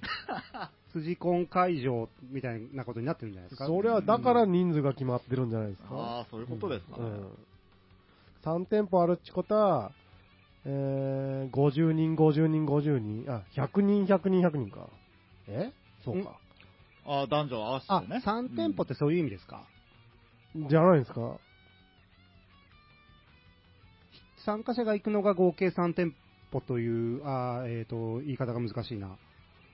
C: と、筋コン会場みたいなことになってるんじゃないですか。
B: そりゃ、だから人数が決まってるんじゃないですか。
A: ああ、そういうことですかね。
B: 3店舗あるっちことは、えー、50人、50人、50人、あ、100人、100人、100人か。えそうか。
A: ああ、男女合わせ
C: あ
A: てね、。
C: 3店舗ってそういう意味ですか。
B: じゃないですか。
C: 参加者が行くのが合計3店舗という、あーえっ、と、言い方が難しいな。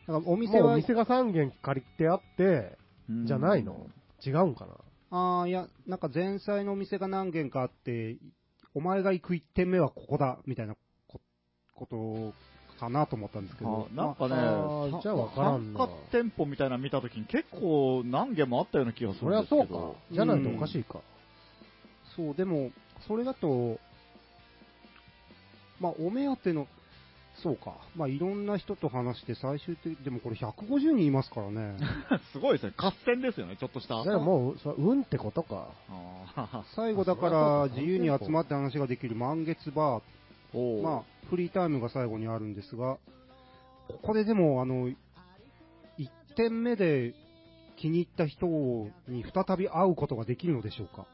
C: だからお店
B: もうお
C: は、
B: 店が3軒借りてあって、
A: うん
B: じゃないの違うんかな
C: ああ、いや、なんか前菜のお店が何軒かあって、お前が行く1店目はここだ、みたいなこことかなと思ったんですけど
A: あ。なんかね、
B: あ
A: さ
B: じゃあわからんな
A: 参加店舗みたいなの見たときに結構何軒もあったような気がす
B: そ
A: るん
B: り
A: で
B: ゃ
A: すけ
B: そ
A: ど。
B: うか。じゃないとおかしいか。
C: そう、でも、それだと、まあ、お目当ての、そうか、まあ、いろんな人と話して、最終的でもこれ150人いますか らね。
A: すごいですね。合戦ですよね、ちょっとした。
B: じゃあもう、それ運ってことか。
A: あ
C: 最後だか
B: あ
C: ら、
B: そりゃそうか
C: 自由に集まって話ができる満月バ
A: ー お
C: ー、
A: ー
C: まあ、フリータイムが最後にあるんですが、ここででも、あの、1点目で気に入った人に再び会うことができるのでしょうか。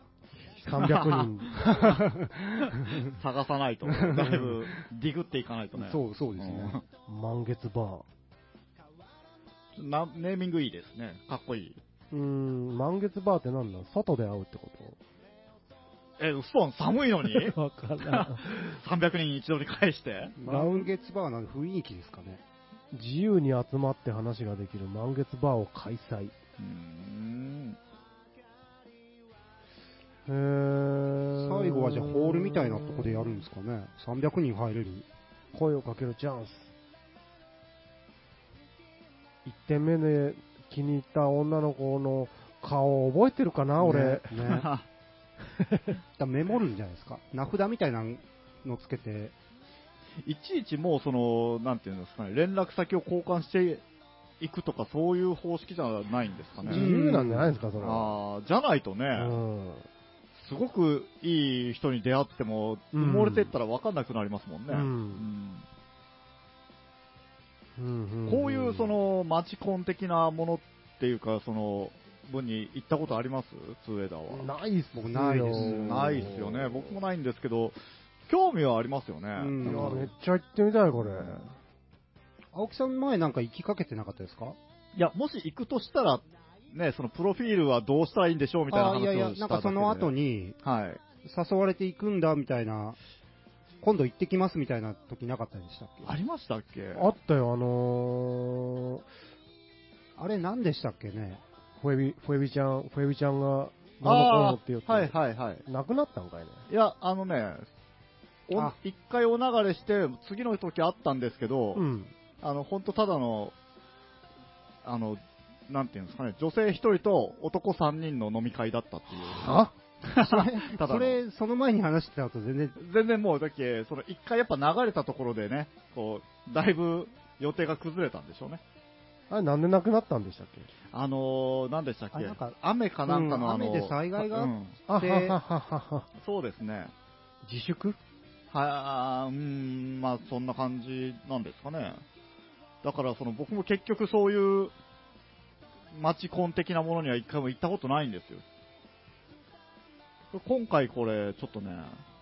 B: 300人。
A: 探さないと、だいぶディグっていかない とね。
C: そう、そうですね。
B: 満月バ
A: うんなネーミングいいですね。かっこいい。
B: ー。うーん、満月バーって何なん外で会うってこ
A: え、嘘寒いのに
B: とわからん。
A: ?300 人一度に返して。
C: 満月バーなんで雰囲気ですかね。
B: 自由に集まって話ができる満月バーを開催。
A: うーん。
B: へー
C: 最後はじゃあホールみたいなとこでやるんですかね300人入れる
B: 声をかけるチャンス1点目で気に入った女の子の顔を覚えてるかな、俺
C: ねねだからメモるんじゃないですか名札みたいなのつけて
A: いちいちもうその、なんていうんですかね、連絡先を交換していくとか、そういう方式じゃないんですか
B: 自
A: ね。
B: 由なんじゃないですかそれは
A: ああ、じゃないとね、
B: うん
A: すごくいい人に出会っても、埋
B: うん
A: もれてったら分かんなくなりますもんね。
B: うん
A: うん
B: うんん
A: こういうその街コン的なものっていうか、その分に行ったことありますツーエダーは。
B: ないっすよ
C: 僕ないです
A: ないっすよね、僕もないんですけど、興味はありますよね。
C: うん
B: いや
A: なんか
B: めっちゃ行ってみたいこれ
C: 青木さん前なんか行きかけてなかったですか
A: いや、もし行くとしたら、ね、そのプロフィールはどうしたらいいんでしょうみたいな
C: あ
A: 話をし
C: い
A: た
C: や
A: だ
C: い
A: けで
C: やなんかその後に
A: はい。
C: 誘われて行くんだみたいな今度行ってきますみたいな時なかったでしたっけ
A: ありましたっけ
B: あったよあのー
C: あれ何でしたっけね
B: フェビフェビちゃんフェビちゃんがどうのこうの
A: あ
B: って言っ
A: ーはい
B: て
A: はいはい。
B: 亡くなったんかいね
A: いや、あのね、お
C: あ
A: 一回お流れして、次の時あったんですけど、
B: うん
A: あの、本当ただの、あの、なんていうんですかね、女性一人と男三人の飲み会だったっていう。
B: あ
A: ただ
C: そ
A: の
C: れその前に話してたと全然
A: 全然もう、だっけ、その一回やっぱ流れたところでね、こう、だいぶ予定が崩れたんでしょうね。
B: あれなんで亡くなったんでしたっけ
A: あのー、なんでしたっ
C: あ
A: け
C: なんか
A: 雨かなんかの、
C: うん
A: あの
C: 雨で災害が
A: うん
B: あは
C: で
B: ははは
A: そうですね。
B: 自粛
A: はあ、うん、まあそんな感じなんですかね。だからその僕も結局そういう、街コン的なものには一回も行ったことないんですよ。今回これ、ちょっとね、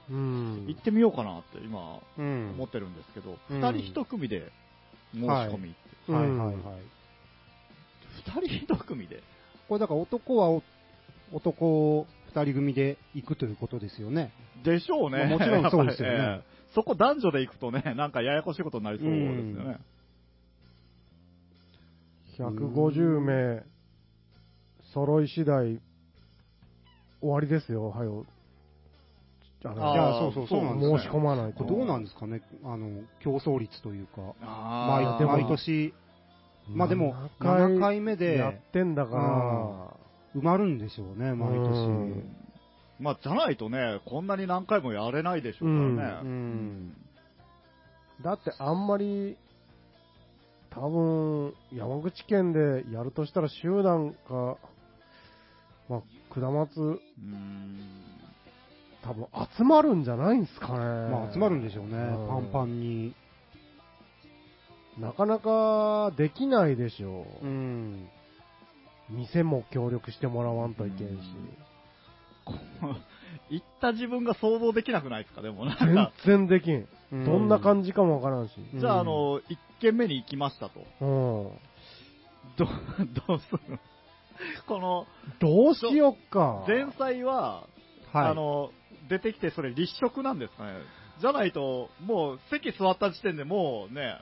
B: うん
A: 行ってみようかなって今
C: うん
A: 思ってるんですけど、
C: う
A: 二、
C: ん
A: 人一組で申し込みって。
B: うん
C: はいはいはい
A: 二、人一組で
C: これだから男はお男2人組で行くということですよね。
A: でしょうね。
C: まあもちろんそうですよね
A: やっぱりええそこ男女で行くとね、なんかややこしいことになりそうですよね。
B: 150名揃い次第終わりですよ、はよ。あ
C: じ
B: の
C: ゃあ、そうそう、そうなんですね
B: 申し込まない。
C: ことれどうなんですかね、あの、競争率というか、毎
A: あー
B: でも
C: 毎年、まあでも、7
B: 7
C: 回目で
B: やってんだから、
C: 埋まるんでしょうね、毎
B: うん
C: 年。
A: まあ、じゃないとね、こんなに何回もやれないでしょうからね。
C: うんうん
B: だってあんまり、多分、山口県でやるとしたら集団か、まあ、下松、
A: うん
B: 多分集まるんじゃないんすかね。
C: まあ集まるんでしょうね、
B: うん
C: パンパンに。
B: なかなかできないでしょう。
C: うん。
B: 店も協力してもらわんといけんし。
A: こう行った自分が想像できなくないですか、でもなん
B: 全
A: か。
B: 然できん。
C: うん
B: どんな感じかもわからんし。
C: うん
A: じゃあ、あの、1軒目に行きましたと。
B: うん。
A: ど、どうするこの、
B: どうしよっか。
A: 前菜は、
C: はい。
A: あの、出てきてそれ立食なんですかね。じゃないと、もう席座った時点でもうね、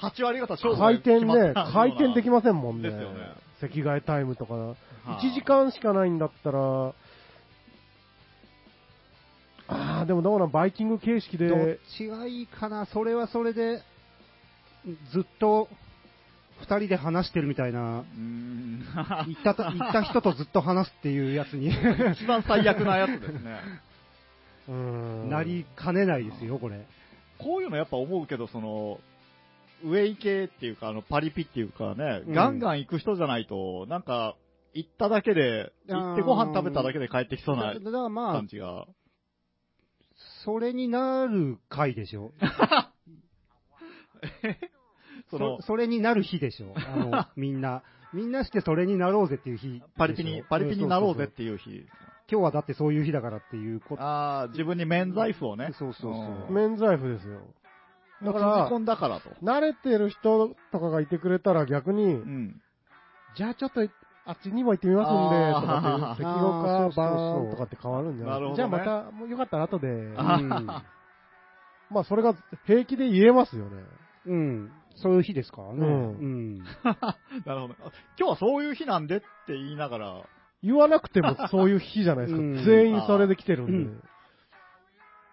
A: 8割方勝負
B: 回
A: が決
B: 転
A: まっ
B: ね、
A: たような
B: 回転できませんもんね。
A: ですよね
B: 席替えタイムとか、
A: はい
B: 1時間しかないんだったら、ああ、でもどうなん、バイキング形式
C: どっ
B: で、
C: ちがいいかな、それはそれで、ずっと、二人で話してるみたいな、
A: うーん
C: 行ったと、行った人とずっと話すっていうやつに
A: 一番最悪なやつですね。
B: うーん
C: なりかねないですよ、これ。
A: こういうのやっぱ思うけど、その、上行けっていうか、あの、パリピっていうかね、
C: うん
A: ガンガン行く人じゃないと、なんか、行っただけで、
C: あー
A: 行ってご飯食べただけで帰ってきそうな
C: だだからまあ
A: 感、じが。
C: それになる回でしょ。
A: その
C: そ、それになる日でしょ。あの、 みんな。みんなしてそれになろうぜっていう日でしょ。
A: パリピに、パリピになろうぜっ
C: ん。そそ
A: ていう日。
C: そ今日はだってそういう日だからっていうこと。
A: ああ、自分に免罪符をね。
C: そうそうそう
A: うん
B: 免罪符ですよ。だ
A: だ
B: か
A: から、
B: ら
A: 込んだからと。
B: 慣れてる人とかがいてくれたら逆に、
A: うん。
B: じゃあちょっとあっちにも行ってみますんで、とか っていう、席をか、
C: あーそうそうそう
B: バーンとかって変わるんじゃない
A: なるほどね
B: じゃあまた、もうよかったら後で、
C: うん
B: まあそれが平気で言えますよね。
C: うん。そういう日ですからね。
B: うん
C: うん。
A: なるほど。あ今日はそういう日なんでって言いながら、
B: 言わなくてもそういう日じゃないですか。
C: うん
B: 全員それで来てる
C: うん
B: で
C: ん。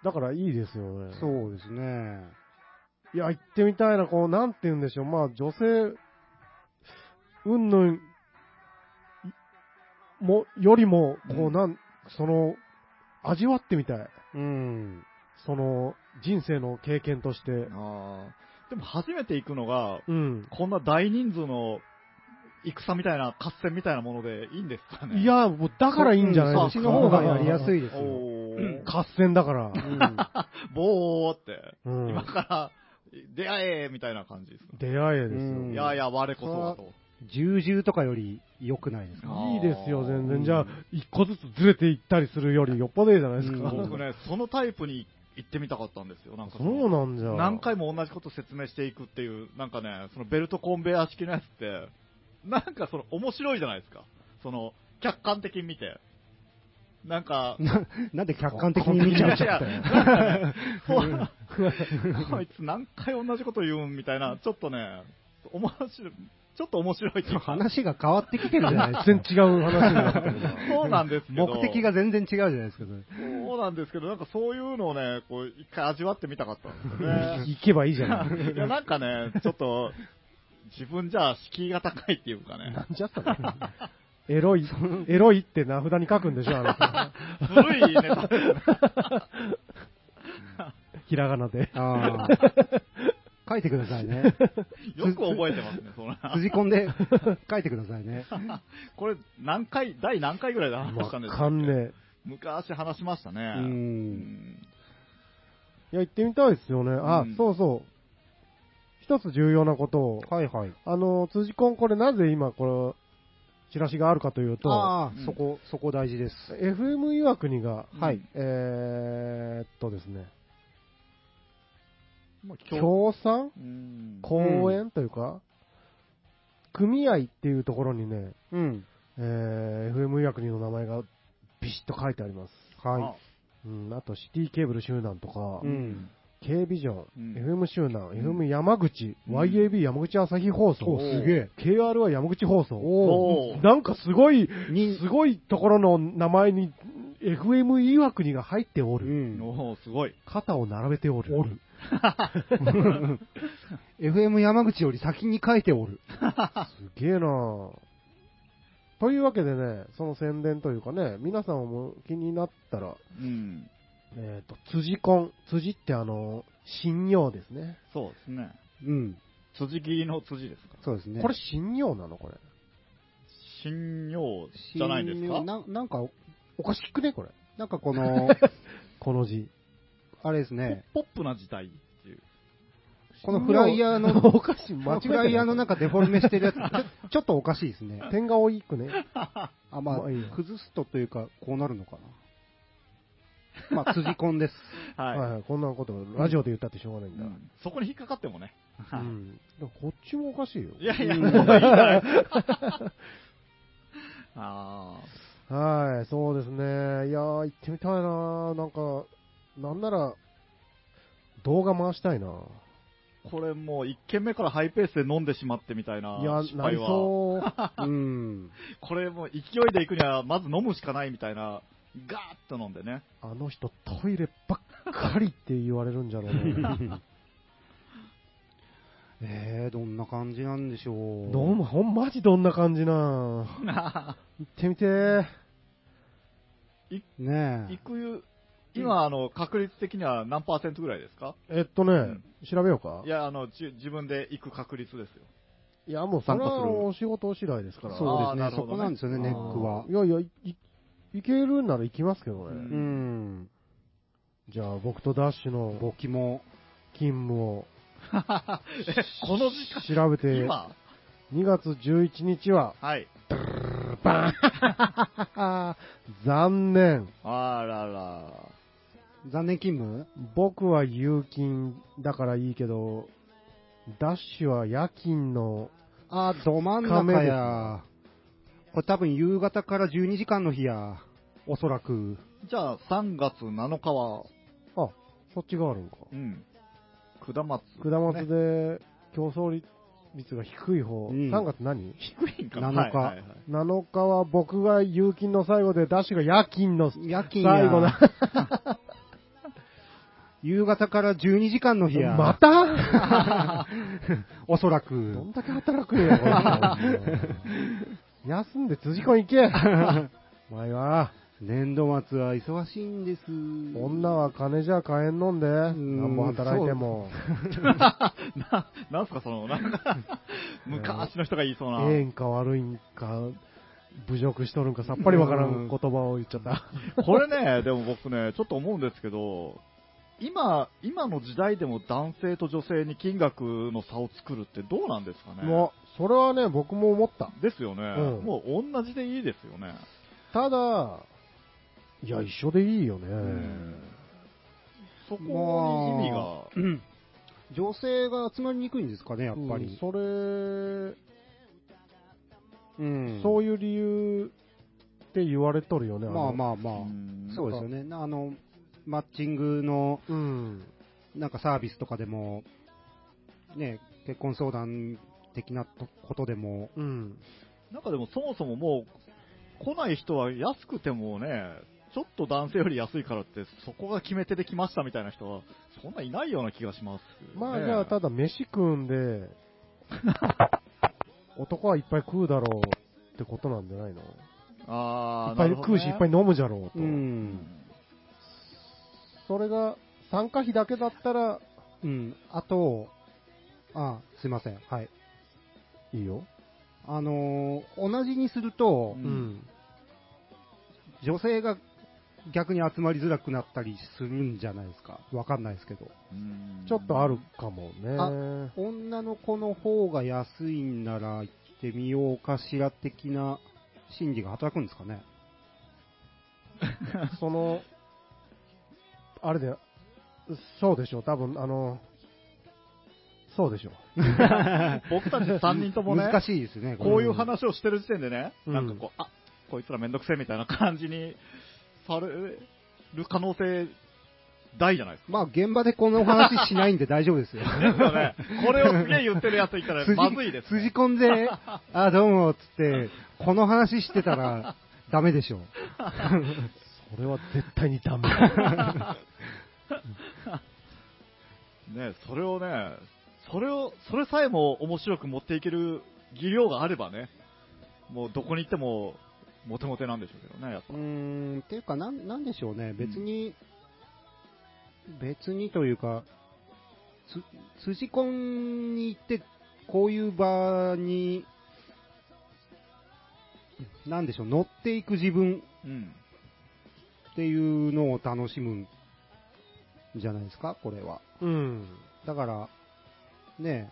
B: だからいいですよね。
C: そうですね。
B: いや、行ってみたいな、こう、なんて言うんでしょう。まあ、女性、うんぬん、も、よりも、こ
A: う
B: う、
A: ん
B: なん、その、味わってみたい。
C: うん。
B: その、人生の経験として。
A: ああ。でも初めて行くのが、
B: うん。
A: こんな大人数の戦みたいな、合戦みたいなものでいいんですかね。
B: い、や、もう、だからいいんじゃないですか。
C: そっちの方がやりやすいです
A: お
C: よ。
A: ー、
B: 合戦だから。
C: うん
A: ぼーって、
B: うん
A: 今から出会えみたいな感じですか。
B: 出会えですよ。
C: うん
A: いやいや、我こそはと。
C: 重々とかより良くないですか
A: あー
B: いいですよ、全
C: うん
B: 然。じゃあ、一個ずつずれていったりするよりよっぽどいいじゃないです
C: う
B: か。
C: ん
A: 僕ね、そのタイプに行ってみたかったんですよ。なんか
B: そうなんじゃ。
A: 何回も同じこと説明していくっていう、なんかね、そのベルトコンベヤー式のやつって、なんかその面白いじゃないですか。その、客観的に見て。なんか、
C: ななんで客観的に見ちゃっちゃった
A: いや
C: よ
A: いや なんかねほこいつ何回同じこと言うんみたいな、ちょっとね、面白い、ちょっと面白いっていうか、
C: 話が変わってきてるじゃないで
B: 全
C: すか。
B: 然違う話になってるな
A: そうなんですけど、
C: 目的が全然違うじゃないですか、それ
A: そうなんですけど、なんかそういうのをね、こう、一回味わってみたかったんですよね。
B: 行けばいいじゃない。
A: いや、なんかね、ちょっと、自分じゃ敷居が高いっていうかね
B: な。んじゃったのエロい、エロいって名札に書くんでしょ、あなた。
A: 古いネタですね。
B: ひらがなで。
C: あー書いてくださいね。
A: よく覚えてますね、そんな。
C: 辻込んで書いてくださいね。
A: これ、何回、第何回ぐらいで話
B: わ
A: したんです
B: かんね
A: 昔話しましたね。
C: う。
A: うんん
B: え。いや、行ってみたいですよね。あ、
A: うん
B: そうそう。一つ重要なことを、
C: はいはい。
B: あの、辻コンこれなぜ今、これ、チラシがあるかというと、
C: あ
A: うん
C: あ、そこ、そこ大事です。
B: FM 岩国が、
A: はい
B: えーっとですね、
A: まあ今日
B: 協賛
A: うん
B: 公園というか、組合っていうところにね、
C: うん。
B: えー FM 岩国の名前がビシッと書いてあります。
C: は
B: うん、あとシティケーブル集団とか、
C: い。うん。
B: K ビジョン、
A: うん
B: FM 集団、
A: ん
B: FM 山口、
A: うん
B: YAB 山口朝日放
A: お
B: 送、
A: すげ
C: え。
B: KR は山口放送。
A: おー
B: なんかすごい、
C: に
B: すごいところの名前に FM 岩国が入ってお
C: う
B: る。
C: ん。
A: おーすごい。
B: 肩を並べておる。
C: おる。FM 山口より先に書いておる。
B: すげえなぁというわけでね、その宣伝というかね、皆さんも気になったら、
A: うん。
B: えっ、と、辻婚。辻ってあの、信用ですね。
A: そうですね。
C: うん。
A: 辻切りの辻ですか
C: そうですね。
B: これ信用なのこれ。
A: 信用じゃないですか
C: ななんか、
B: おかしくねこれ。
C: なんかこ の、
B: この字。
C: あれですね、
A: ポポップな時代っていう。
C: このフライヤーの、
B: おかしい、間違えて
C: フライヤーの
B: な
C: ないんかデフォルメしてるやつ、ちょちょっとおかしいですね。
B: 点が多いくね。
C: あ、まあ
B: まあいいや、
C: 崩すとというか、こうなるのかな。 まあ、辻コンです。
B: はい、
A: は
B: こんなこと、ラジオで言ったってしょうがない
A: い。
B: んだ。
A: うんそこに引っかかってもね。
B: う
A: はい
B: ん。でもこっちもおかしいよ。
A: いやいや、
C: うん
A: もういいんじゃないですかあ
B: はい、そうですね。いやー、行ってみたいななんか、なんなら、動画回したいな
A: ーこれもう一軒目からハイペースで飲んでしまってみたい
B: いや
A: な、失
B: な
A: 敗
B: り
A: は。
B: そう。
C: うん。
A: これもう勢いで行くには、まず飲むしかないみたいな、ガーッと飲んでね。
B: あの人、トイレばっかりって言われるんじゃろう な
C: えー、どんな感じなんでしょう。
B: どうも、ほんまじどんな感じな行ってみてー。
C: ねえ
A: 行。くゆ、今、あの、確率的には何パーセントぐらいですか
B: えっとね、
A: ん
B: 調べようか
A: いや、あの、じ自分で行く確率ですよ。
B: いや、もうそれはお仕事次第ですから。
C: そうで
A: あー
C: すね
A: なるほどね
C: そこなんですよね、ネックは。
B: いやいや、いいけるんなら行きますけどね。
A: うん
C: うん。
B: じゃあ、僕とダッシュの
C: 簿記も。
B: 勤務を
A: え、この時間、
B: 調べて、
A: 今
B: 2月11日 は、
A: はい。
B: バーン残念。
A: あらら。
C: 残念勤務
B: 僕は有勤だからいいけど、ダッシュは夜勤の、
C: あ、ど真ん
B: 二日
C: 中
B: 目です
C: や。これ多分夕方から12時間の日や。おそらく。
A: じゃあ、3月7日は、
B: あ、そっちがあるんか。
A: うん。下松。
B: 下松で競争率が低い方、
C: うん
B: 3月何
A: 低いんかな
C: 7日
A: はいはいはい
B: ?7 日は僕が有勤の最後で、ダッシュが夜勤の
C: 夜勤や。
B: 最後な。
C: 夕方から12時間の日や。
B: また
C: おそらく。
B: どんだけ働くんや、これ休んで辻子行 けお前は、
C: 年度末は忙しいんです。
B: 女は金じゃ買えんのんで、
C: ん
B: 何も働いても、
A: な、なんすかその、なん か、昔の人が言いそうな。
B: ええんか悪いんか、侮辱しとるんかさっぱりわからん言葉を言っちゃ った。
A: これね、でも僕ね、ちょっと思うんですけど、今、今の時代でも男性と女性に金額の差を作るってどうなんですかね。
B: もう、それはね、僕も思った。
A: ですよね、
B: うん
A: もう同じでいいですよね。
B: ただ、いや、一緒でいいよね。
A: そこに意味が、
C: うん女性が集まりにくいんですかね、やっぱ
B: うん
C: り。
B: それ、
C: うん
B: そういう理由って言われとるよね。
C: まあ
B: あ
C: まあまあ。
A: うん
C: そうですよね。なあの、マッチング
B: の。
C: の
B: うん。
C: なんかサービスとかでも、ね、結婚相談的なとことでも、
B: うん。
A: なんかでもそもそももう、来ない人は安くてもね、ちょっと男性より安いからって、そこが決め手で来ましたみたいな人は、そんないないような気がします、
B: まあじゃあ、ただ飯食うん で、男はいっぱい食うだろうってことなんじゃないのい
A: あー
B: っぱい食うし、いっぱい、飲むじゃろうと。
C: うん、
B: それが、参加費だけだったら、
C: うん、あと、あ、すいません、はい。
B: いいよ。
C: あのー同じにすると
A: う、
B: うん
C: 女性が逆に集まりづらくなったりするんじゃないですか。わかんないですけど。
A: うん
B: ちょっとあるかも ね。
C: 女の子の方が安いんなら行ってみようかしら的な心理が働くんですかね。
B: その、あれで、そうでしょう、多分あの、そうでしょ
A: 僕たち3人ともね、
C: 難しいですね、れ
A: こう いう話をしてる時点でね、
B: うん
A: なんかこう、あこいつらめんどくせえみたいな感じにされる可能性大じゃない ですか。
C: まあ現場でこのお話しないんで大丈夫で すよ。
A: ですよね。これをすげえ言ってるやついたら
C: 筋
A: まずいです、
C: 筋
A: ね。
C: 込ん で、 あ、どうも、つって、この話してたら、ダメでしょ。
B: う。それは絶対に ダメ。
A: ね、それをね、それを、それさえも面白く持っていける技量があればね、もうどこに行っても、モテモテなんでしょうけどね、やっぱ
C: う。ーん、っていうか、なん、なんでしょうね。別に、別にというか、つ、辻コンに行って、こういう場に、なんでしょう、乗っていく自分
A: うん。
C: っていうのを楽しむんじゃないですか、これは。
B: うん。
C: だから、ね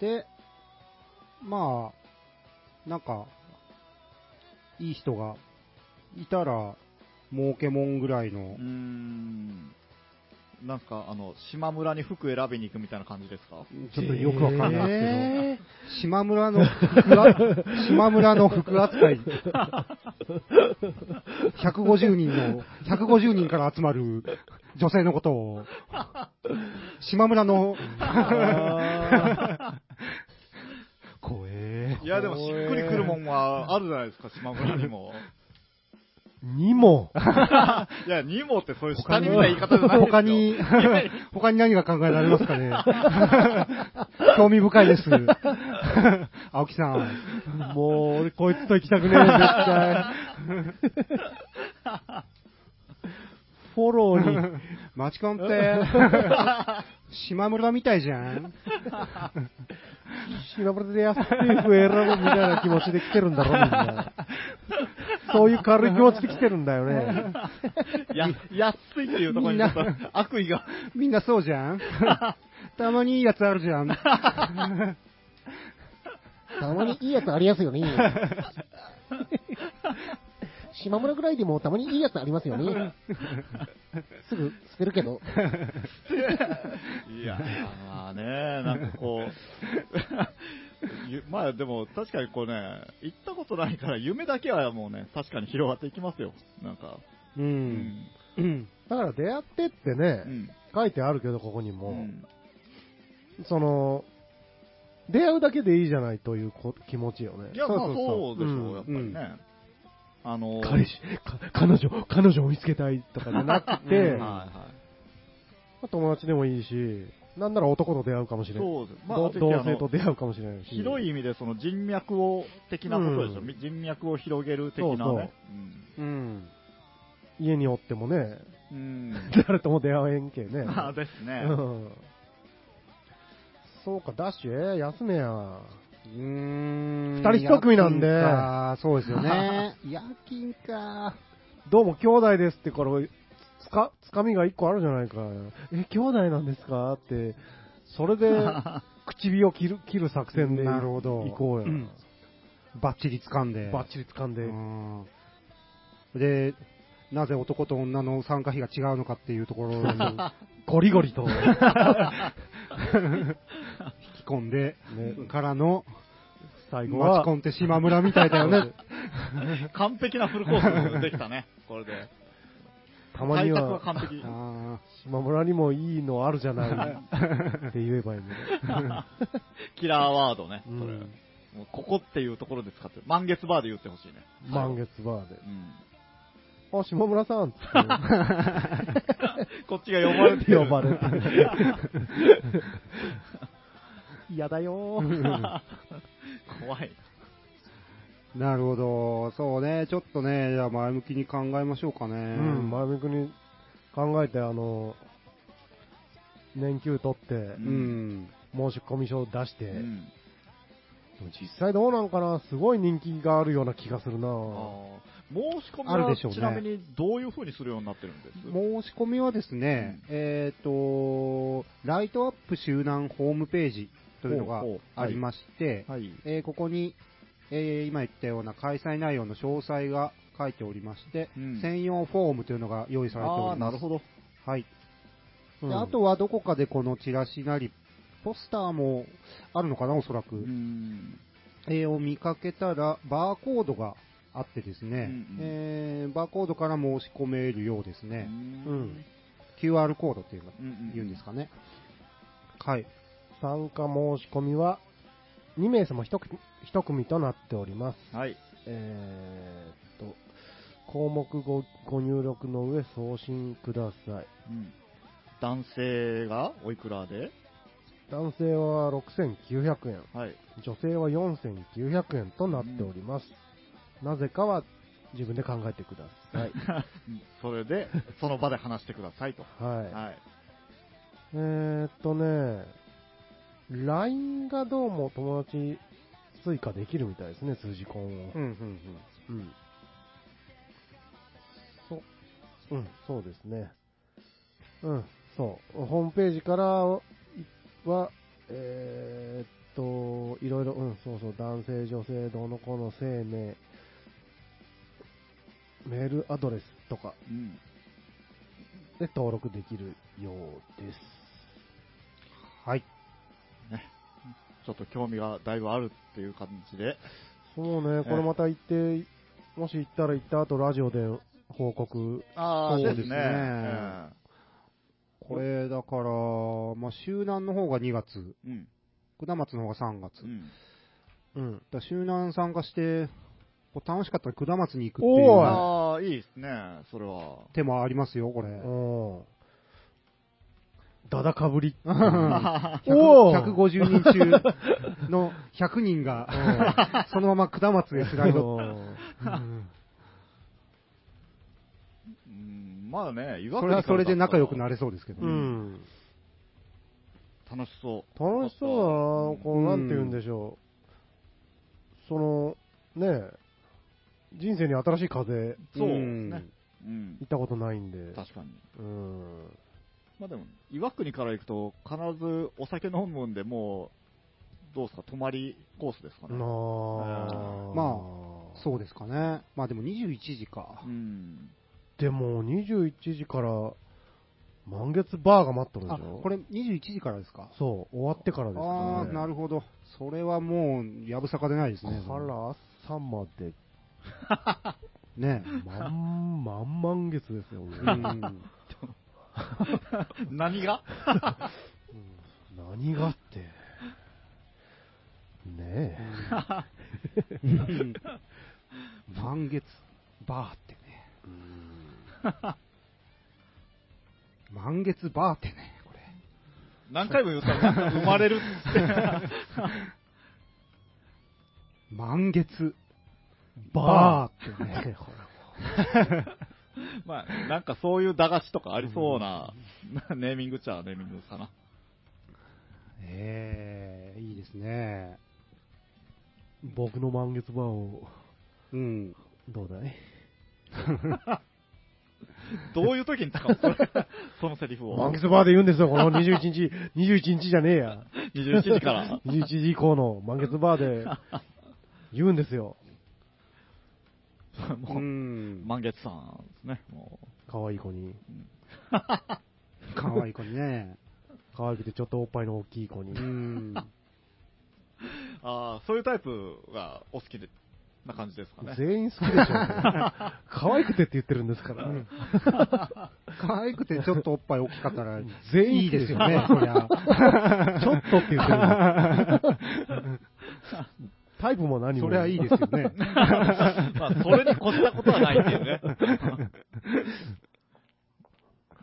C: え。で、まあ、なんか、いい人がいたら、儲けもんぐらいの
A: うー、ん。なんか、あの、島村に服選びに行くみたいな感じですか
C: ちょっとよくわかんないで
B: え
C: すけど、島村の服あ、島村の服扱い、150人の、150人から集まる女性のことを、島村の、怖え。
A: いや、でもしっくりくるもんはあるじゃないですか、 島村にも。
B: ーにも、
A: いや、にもってそういう下
C: 他
A: に
C: に
A: みたいな言い方じゃないですよ。
C: 他に
A: いやいや、
C: 他に何が考えられま すかね興味深いです。青木さん。
B: もう俺こいつと行きたくねえ、絶対。フォローに、
C: マチコ ンって、島村みたいじゃん。
B: 調べて安い服選ぶみたいな気持ちで来てるんだろ、みんな。そういう軽い気持ちで来てるんだよね。
A: や安いっていうところにちょっと悪意が。
C: みんなそうじゃん。たまにいいやつあるじゃん。
D: たまにいいやつありますよね。 島村ぐらいでもたまにいいやつありますよね。すぐ捨てるけど。
A: いや、まあね、なんかこう、ゆ まあでも確かにこうね、行ったことないから夢だけはもうね、確かに広がっていきますよ。なんか。う
C: う。
A: んん。
C: うん。
B: だから出会ってって
A: う
B: ね、
A: ん。
B: 書いてあるけど、ここに
A: う
B: も。
A: ん
B: その、出会うだけでいいじゃないというこ気持ちよね
A: い。や、まあ
B: そうそうそ
A: そううでし
B: う
A: ょ
B: ん
A: う、やっぱりね。あの、
B: 彼氏、か彼女、彼女を見つけたいとかじゃなくて、
A: はい
B: ま
A: は
B: あ友達でもいいし、なんなら男と出会うかもし
A: い。
B: れない。
A: そうです。
B: 同
A: ぜひ
B: 同
A: あの
B: 性と出会うかもしれないし。
A: 広い意味でその人脈を的なことでしょ、
B: うん
A: 人脈を広げる的なね。
C: うん。
B: 家におってもね、
A: うん。
B: 誰とも出会えんけね。
A: まあですね。
B: うんそうか、ダッシュ、え休めや。
C: うーん
B: 二人一組なんで
C: 夜勤かそうですよ ね。夜勤か。
B: どうも兄弟ですってから、つか、つかみが一個あるじゃないか。え、兄弟なんですかって、それ で、唇を切る、切る作戦で、
C: なるほど
B: 行こうや。
C: うんバッチリ掴んで。
B: バッチリ掴んで、
C: うんで、なぜ男と女の参加費が違うのかっていうところを引
B: ゴリゴリ と、ね、
C: き込んで、からの、
B: 最後
C: マ
B: は
C: チ、コンって島村みたいだよね。
A: 完璧なフルコースできたね、これで。
B: たまに
A: 対策は
B: は、
A: 完璧。
C: あ
B: 島村にもいいのあるじ ゃないって言えばいいの。
A: キラーワードね、
B: う
A: それ。
B: ん、
A: もうここっていうところで使って、満月バーで言ってほしいね。
B: 満月バー
A: う
B: で。
A: ん。
B: あ、島村さんっ
A: こっちが呼ばれて
B: て
A: る。
B: 呼ばれて。嫌だよ ー。
A: 怖い。
C: ーなるほど。そうね。ちょっとね、じゃあ前向きに考えましょうかね。
B: うん、前向きに考えて、あの、年休取って
C: う、ん。
B: 申し込み書出して、
A: うん。
B: でも実際どうなんかな、すごい人気があるような気がするな
A: あ
B: ぁ
A: ー申し込み
C: あ
A: は、
C: るでしょうね
A: ちなみにどういう風にするようになってるんです
C: 申し込みはですね、えっ、と、ライトアップ集団ホームページというのが
A: ほうほう
C: ありまして、
A: はい。
C: えーここに、えー今言ったような開催内容の詳細が書いておりまして、
A: うん
C: 専用フォームというのが用意されており
A: あ
C: ま
A: あ、
C: す。
A: なるほど。
C: はい。
B: う
C: で
B: ん
C: あとはどこかでこのチラシなり、ポスターもあるのかな、おそらく。
A: うん。
C: えーを見かけたら、バーコードがあってですね、
A: うんうん
C: えーバーコードから申し込めるようです
A: う
C: ね。
A: ん。
C: QR コードっていうの
A: うんうん
C: 言うんですかね。はい。
B: 参加申し込みは、2名様 1, 組一組となっております。
A: はい。
B: えーっと、項目ごご入力の上送信ください。
A: うん男性がおいくらで、
B: 男性は6900円、
A: はい、
B: 女性は4900円となっております。なぜかは自分で考えてください。
A: それで、その場で話してくださいと。
B: はい。
A: はい。
B: えー、っとね、LINE がどうも友達追加できるみたいですね、数字コンを。
C: うんうん
B: うん。そう。うん、そうですね。うん、そう。ホームページからは、えーっと、いろいろ、うん、そうそう、男性、女性、どうの子の生命、メールアドレスとか
A: うん。
B: で登録できるようです。はい。
A: ちょっと興味がだいぶあるっていう感じで。
B: そうね、これまた行って、もし行ったら行った後、ラジオで報告。
A: ああ、
C: そう
A: で
C: ですすね
A: ね。うん
C: これ、だから、まあ、周南の方が2月、
A: うん。
C: 下松の方が3月。
A: うん。
B: うん。
C: だから周南参加して、こう楽しかったら下松に行くって
B: お
C: いう
A: ああ、いいですね、それは。
C: 手もありますよ、これ。
B: うん。だだかぶ り。おー
C: 150人中の100人が、そのまま下松へスライ ド。
A: うん、まあね、湯河
C: そ
A: 原
C: れはそれで仲良くな
A: る。
C: れそうですけど
B: う
C: ね。
B: ん。
A: 楽しそう。
B: 楽しそうだな、こ
C: う
B: う、
C: ん
B: なんて言うんでしょう。その、ねえ人生に新しい風、
A: そうです
C: ん
A: ね。うん
B: 行っ。たことないんで。
A: 確かに。
B: うん。
A: まあでも、岩国から行くと、必ずお酒飲むんで、もう、どうですか、泊まりコースですか
B: な
A: ね。
B: あ
C: まあそうですかね。まあでも21時か
A: う。ん。
B: でも、21時から、満月バーが待っとるでし
C: あ、
B: ょ
C: これ21時からですか。
B: そう、終わってからですから
C: ああ、
B: ね。
C: なるほど。それはもう、やぶさかでないですね。
B: から朝まで、
C: ね。
B: まん、まん満月ですよ、
C: う
B: 俺
C: ん
A: 何が
B: 何がって。ねえ。
C: うん満月バーってね。満月バーってね、これ。
A: 何回も言ったら、なんか生まれるっつ って。
C: 満月
B: バ
C: バーってね。
B: ね
A: まあ、なんかそういう駄菓子とかありそうな、 ネーミングっちゃネーミングかな。
C: ええいいですね。
B: え僕の満月バーを、
C: うん。
B: どうだい
A: どういう時に使うそれ そのセリフを
B: 満。月バーで言うんですよ、この21日、21日じゃねえや。
A: 21時 から。
B: 21時以降の満月バーで言うんですよ。
A: もう、
C: うん。
A: 満月さんですね。も
B: 可愛い子に。
C: かわいい子にね。
B: 可愛くてちょっとおっぱいの大きい子に
C: う。 ん。
A: うああ、そういうタイプがお好きで、な感じですかね。
B: 全員 好きでしょ。可愛くてって言ってるんですから。
C: 可愛くてちょっとおっぱい大きかったら、
B: 全員
C: いい
B: 好き
C: ですよね、そりゃ。
B: ちょっとって言ってるの。タイプも何も。
C: そりゃいいですよね。
A: まあ、それに越したことはないっていうね。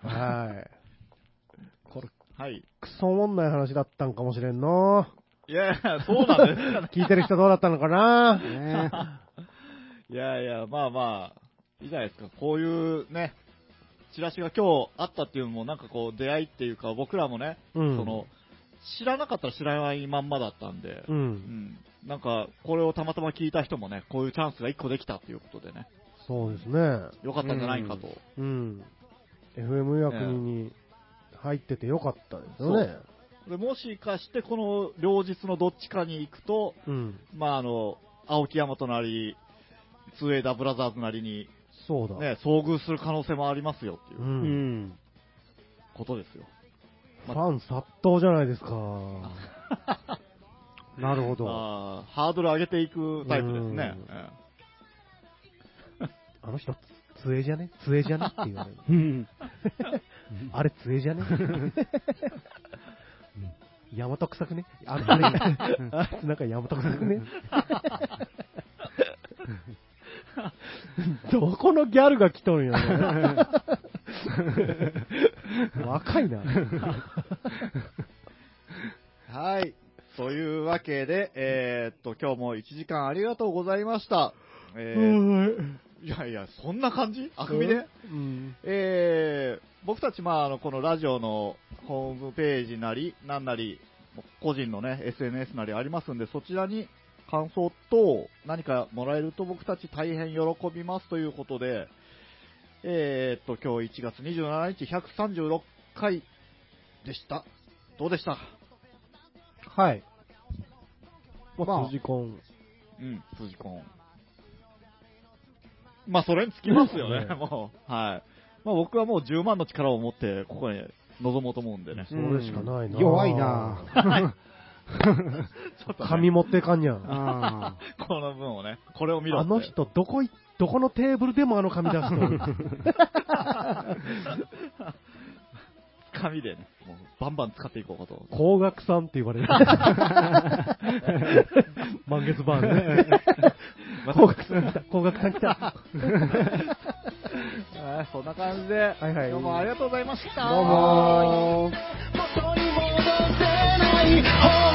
B: はい。これ、
A: はい。
B: クソおもんない話だったんかもしれんの。
A: いやいや、そうなんですかね。
B: 聞いてる人どうだったのかな
C: ね
A: いやいや、まあまあ、いいじゃないですか。こういうね、チラシが今日あったっていうのも、なんかこう、出会いっていうか、僕らもね、
B: うん。
A: その、知らなかったら知らないまんまだったんで、
B: う。
A: うんん、なんか、これをたまたま聞いた人もね、こういうチャンスが1個できたっていうことでね、
B: そうですね。
A: よかったんじゃないかと。
B: うん。FM や国に入っててよかったですよね。
A: でもしかして、この両日のどっちかに行くと、
B: うん。
A: まああの、青木山となり、ツーエイダーブラザーズなりに、
B: そうだ。。
A: ね、遭遇する可能性もありますよっていううん
C: うんん。
A: ことですよ。
B: ファン殺到じゃないです か。
C: なるほど。
A: あーハードル上げていくタイプですね。
B: うん
A: え
D: あの人、杖じゃね杖じゃねって言 われる。
C: うん。
D: あれ杖じゃねヤマト臭くね あれ、あれ、あいつなんかヤマト臭くね
B: どこのギャルが来とる んやね。若いな。
A: はい。というわけで、えーっと、今日も1時間ありがとうございました。えーいやいや、そんな感じあくびで、
B: うん。
A: えー僕たち、まあ、あの、このラジオのホームページなり、なんなり、個人のね、SNS なりありますんで、そちらに感想と何かもらえると僕たち大変喜びますということで、えーっと、今日1月27日136回でした。どうでした
C: はい。
B: ま
C: ま
B: あ、
C: あ
B: 辻婚。
A: うん、辻コン。まあ、それにつきますよね、 もう。はい。まあ、僕はもう10万の力を持って、ここに臨もうと思うんでね。
B: それしかないな。
C: うん弱いな。
A: ちょっとね、
B: 髪持ってかんやん。
C: あ
A: この分をね、これを見ろ
B: あ
A: って。
B: の人、どこい、どこのテーブルでもあの髪出す の。
A: 紙でね、もうバンバン使っていこうかと。
B: 高額さんって 言われる。満月バーンね。
A: ま
B: 高額さん来た。高額さん来 た。
A: あーそんな感じで、
B: いはい
A: 今日もありがとうございました。
C: あ。どうもー。
E: 元に戻せない方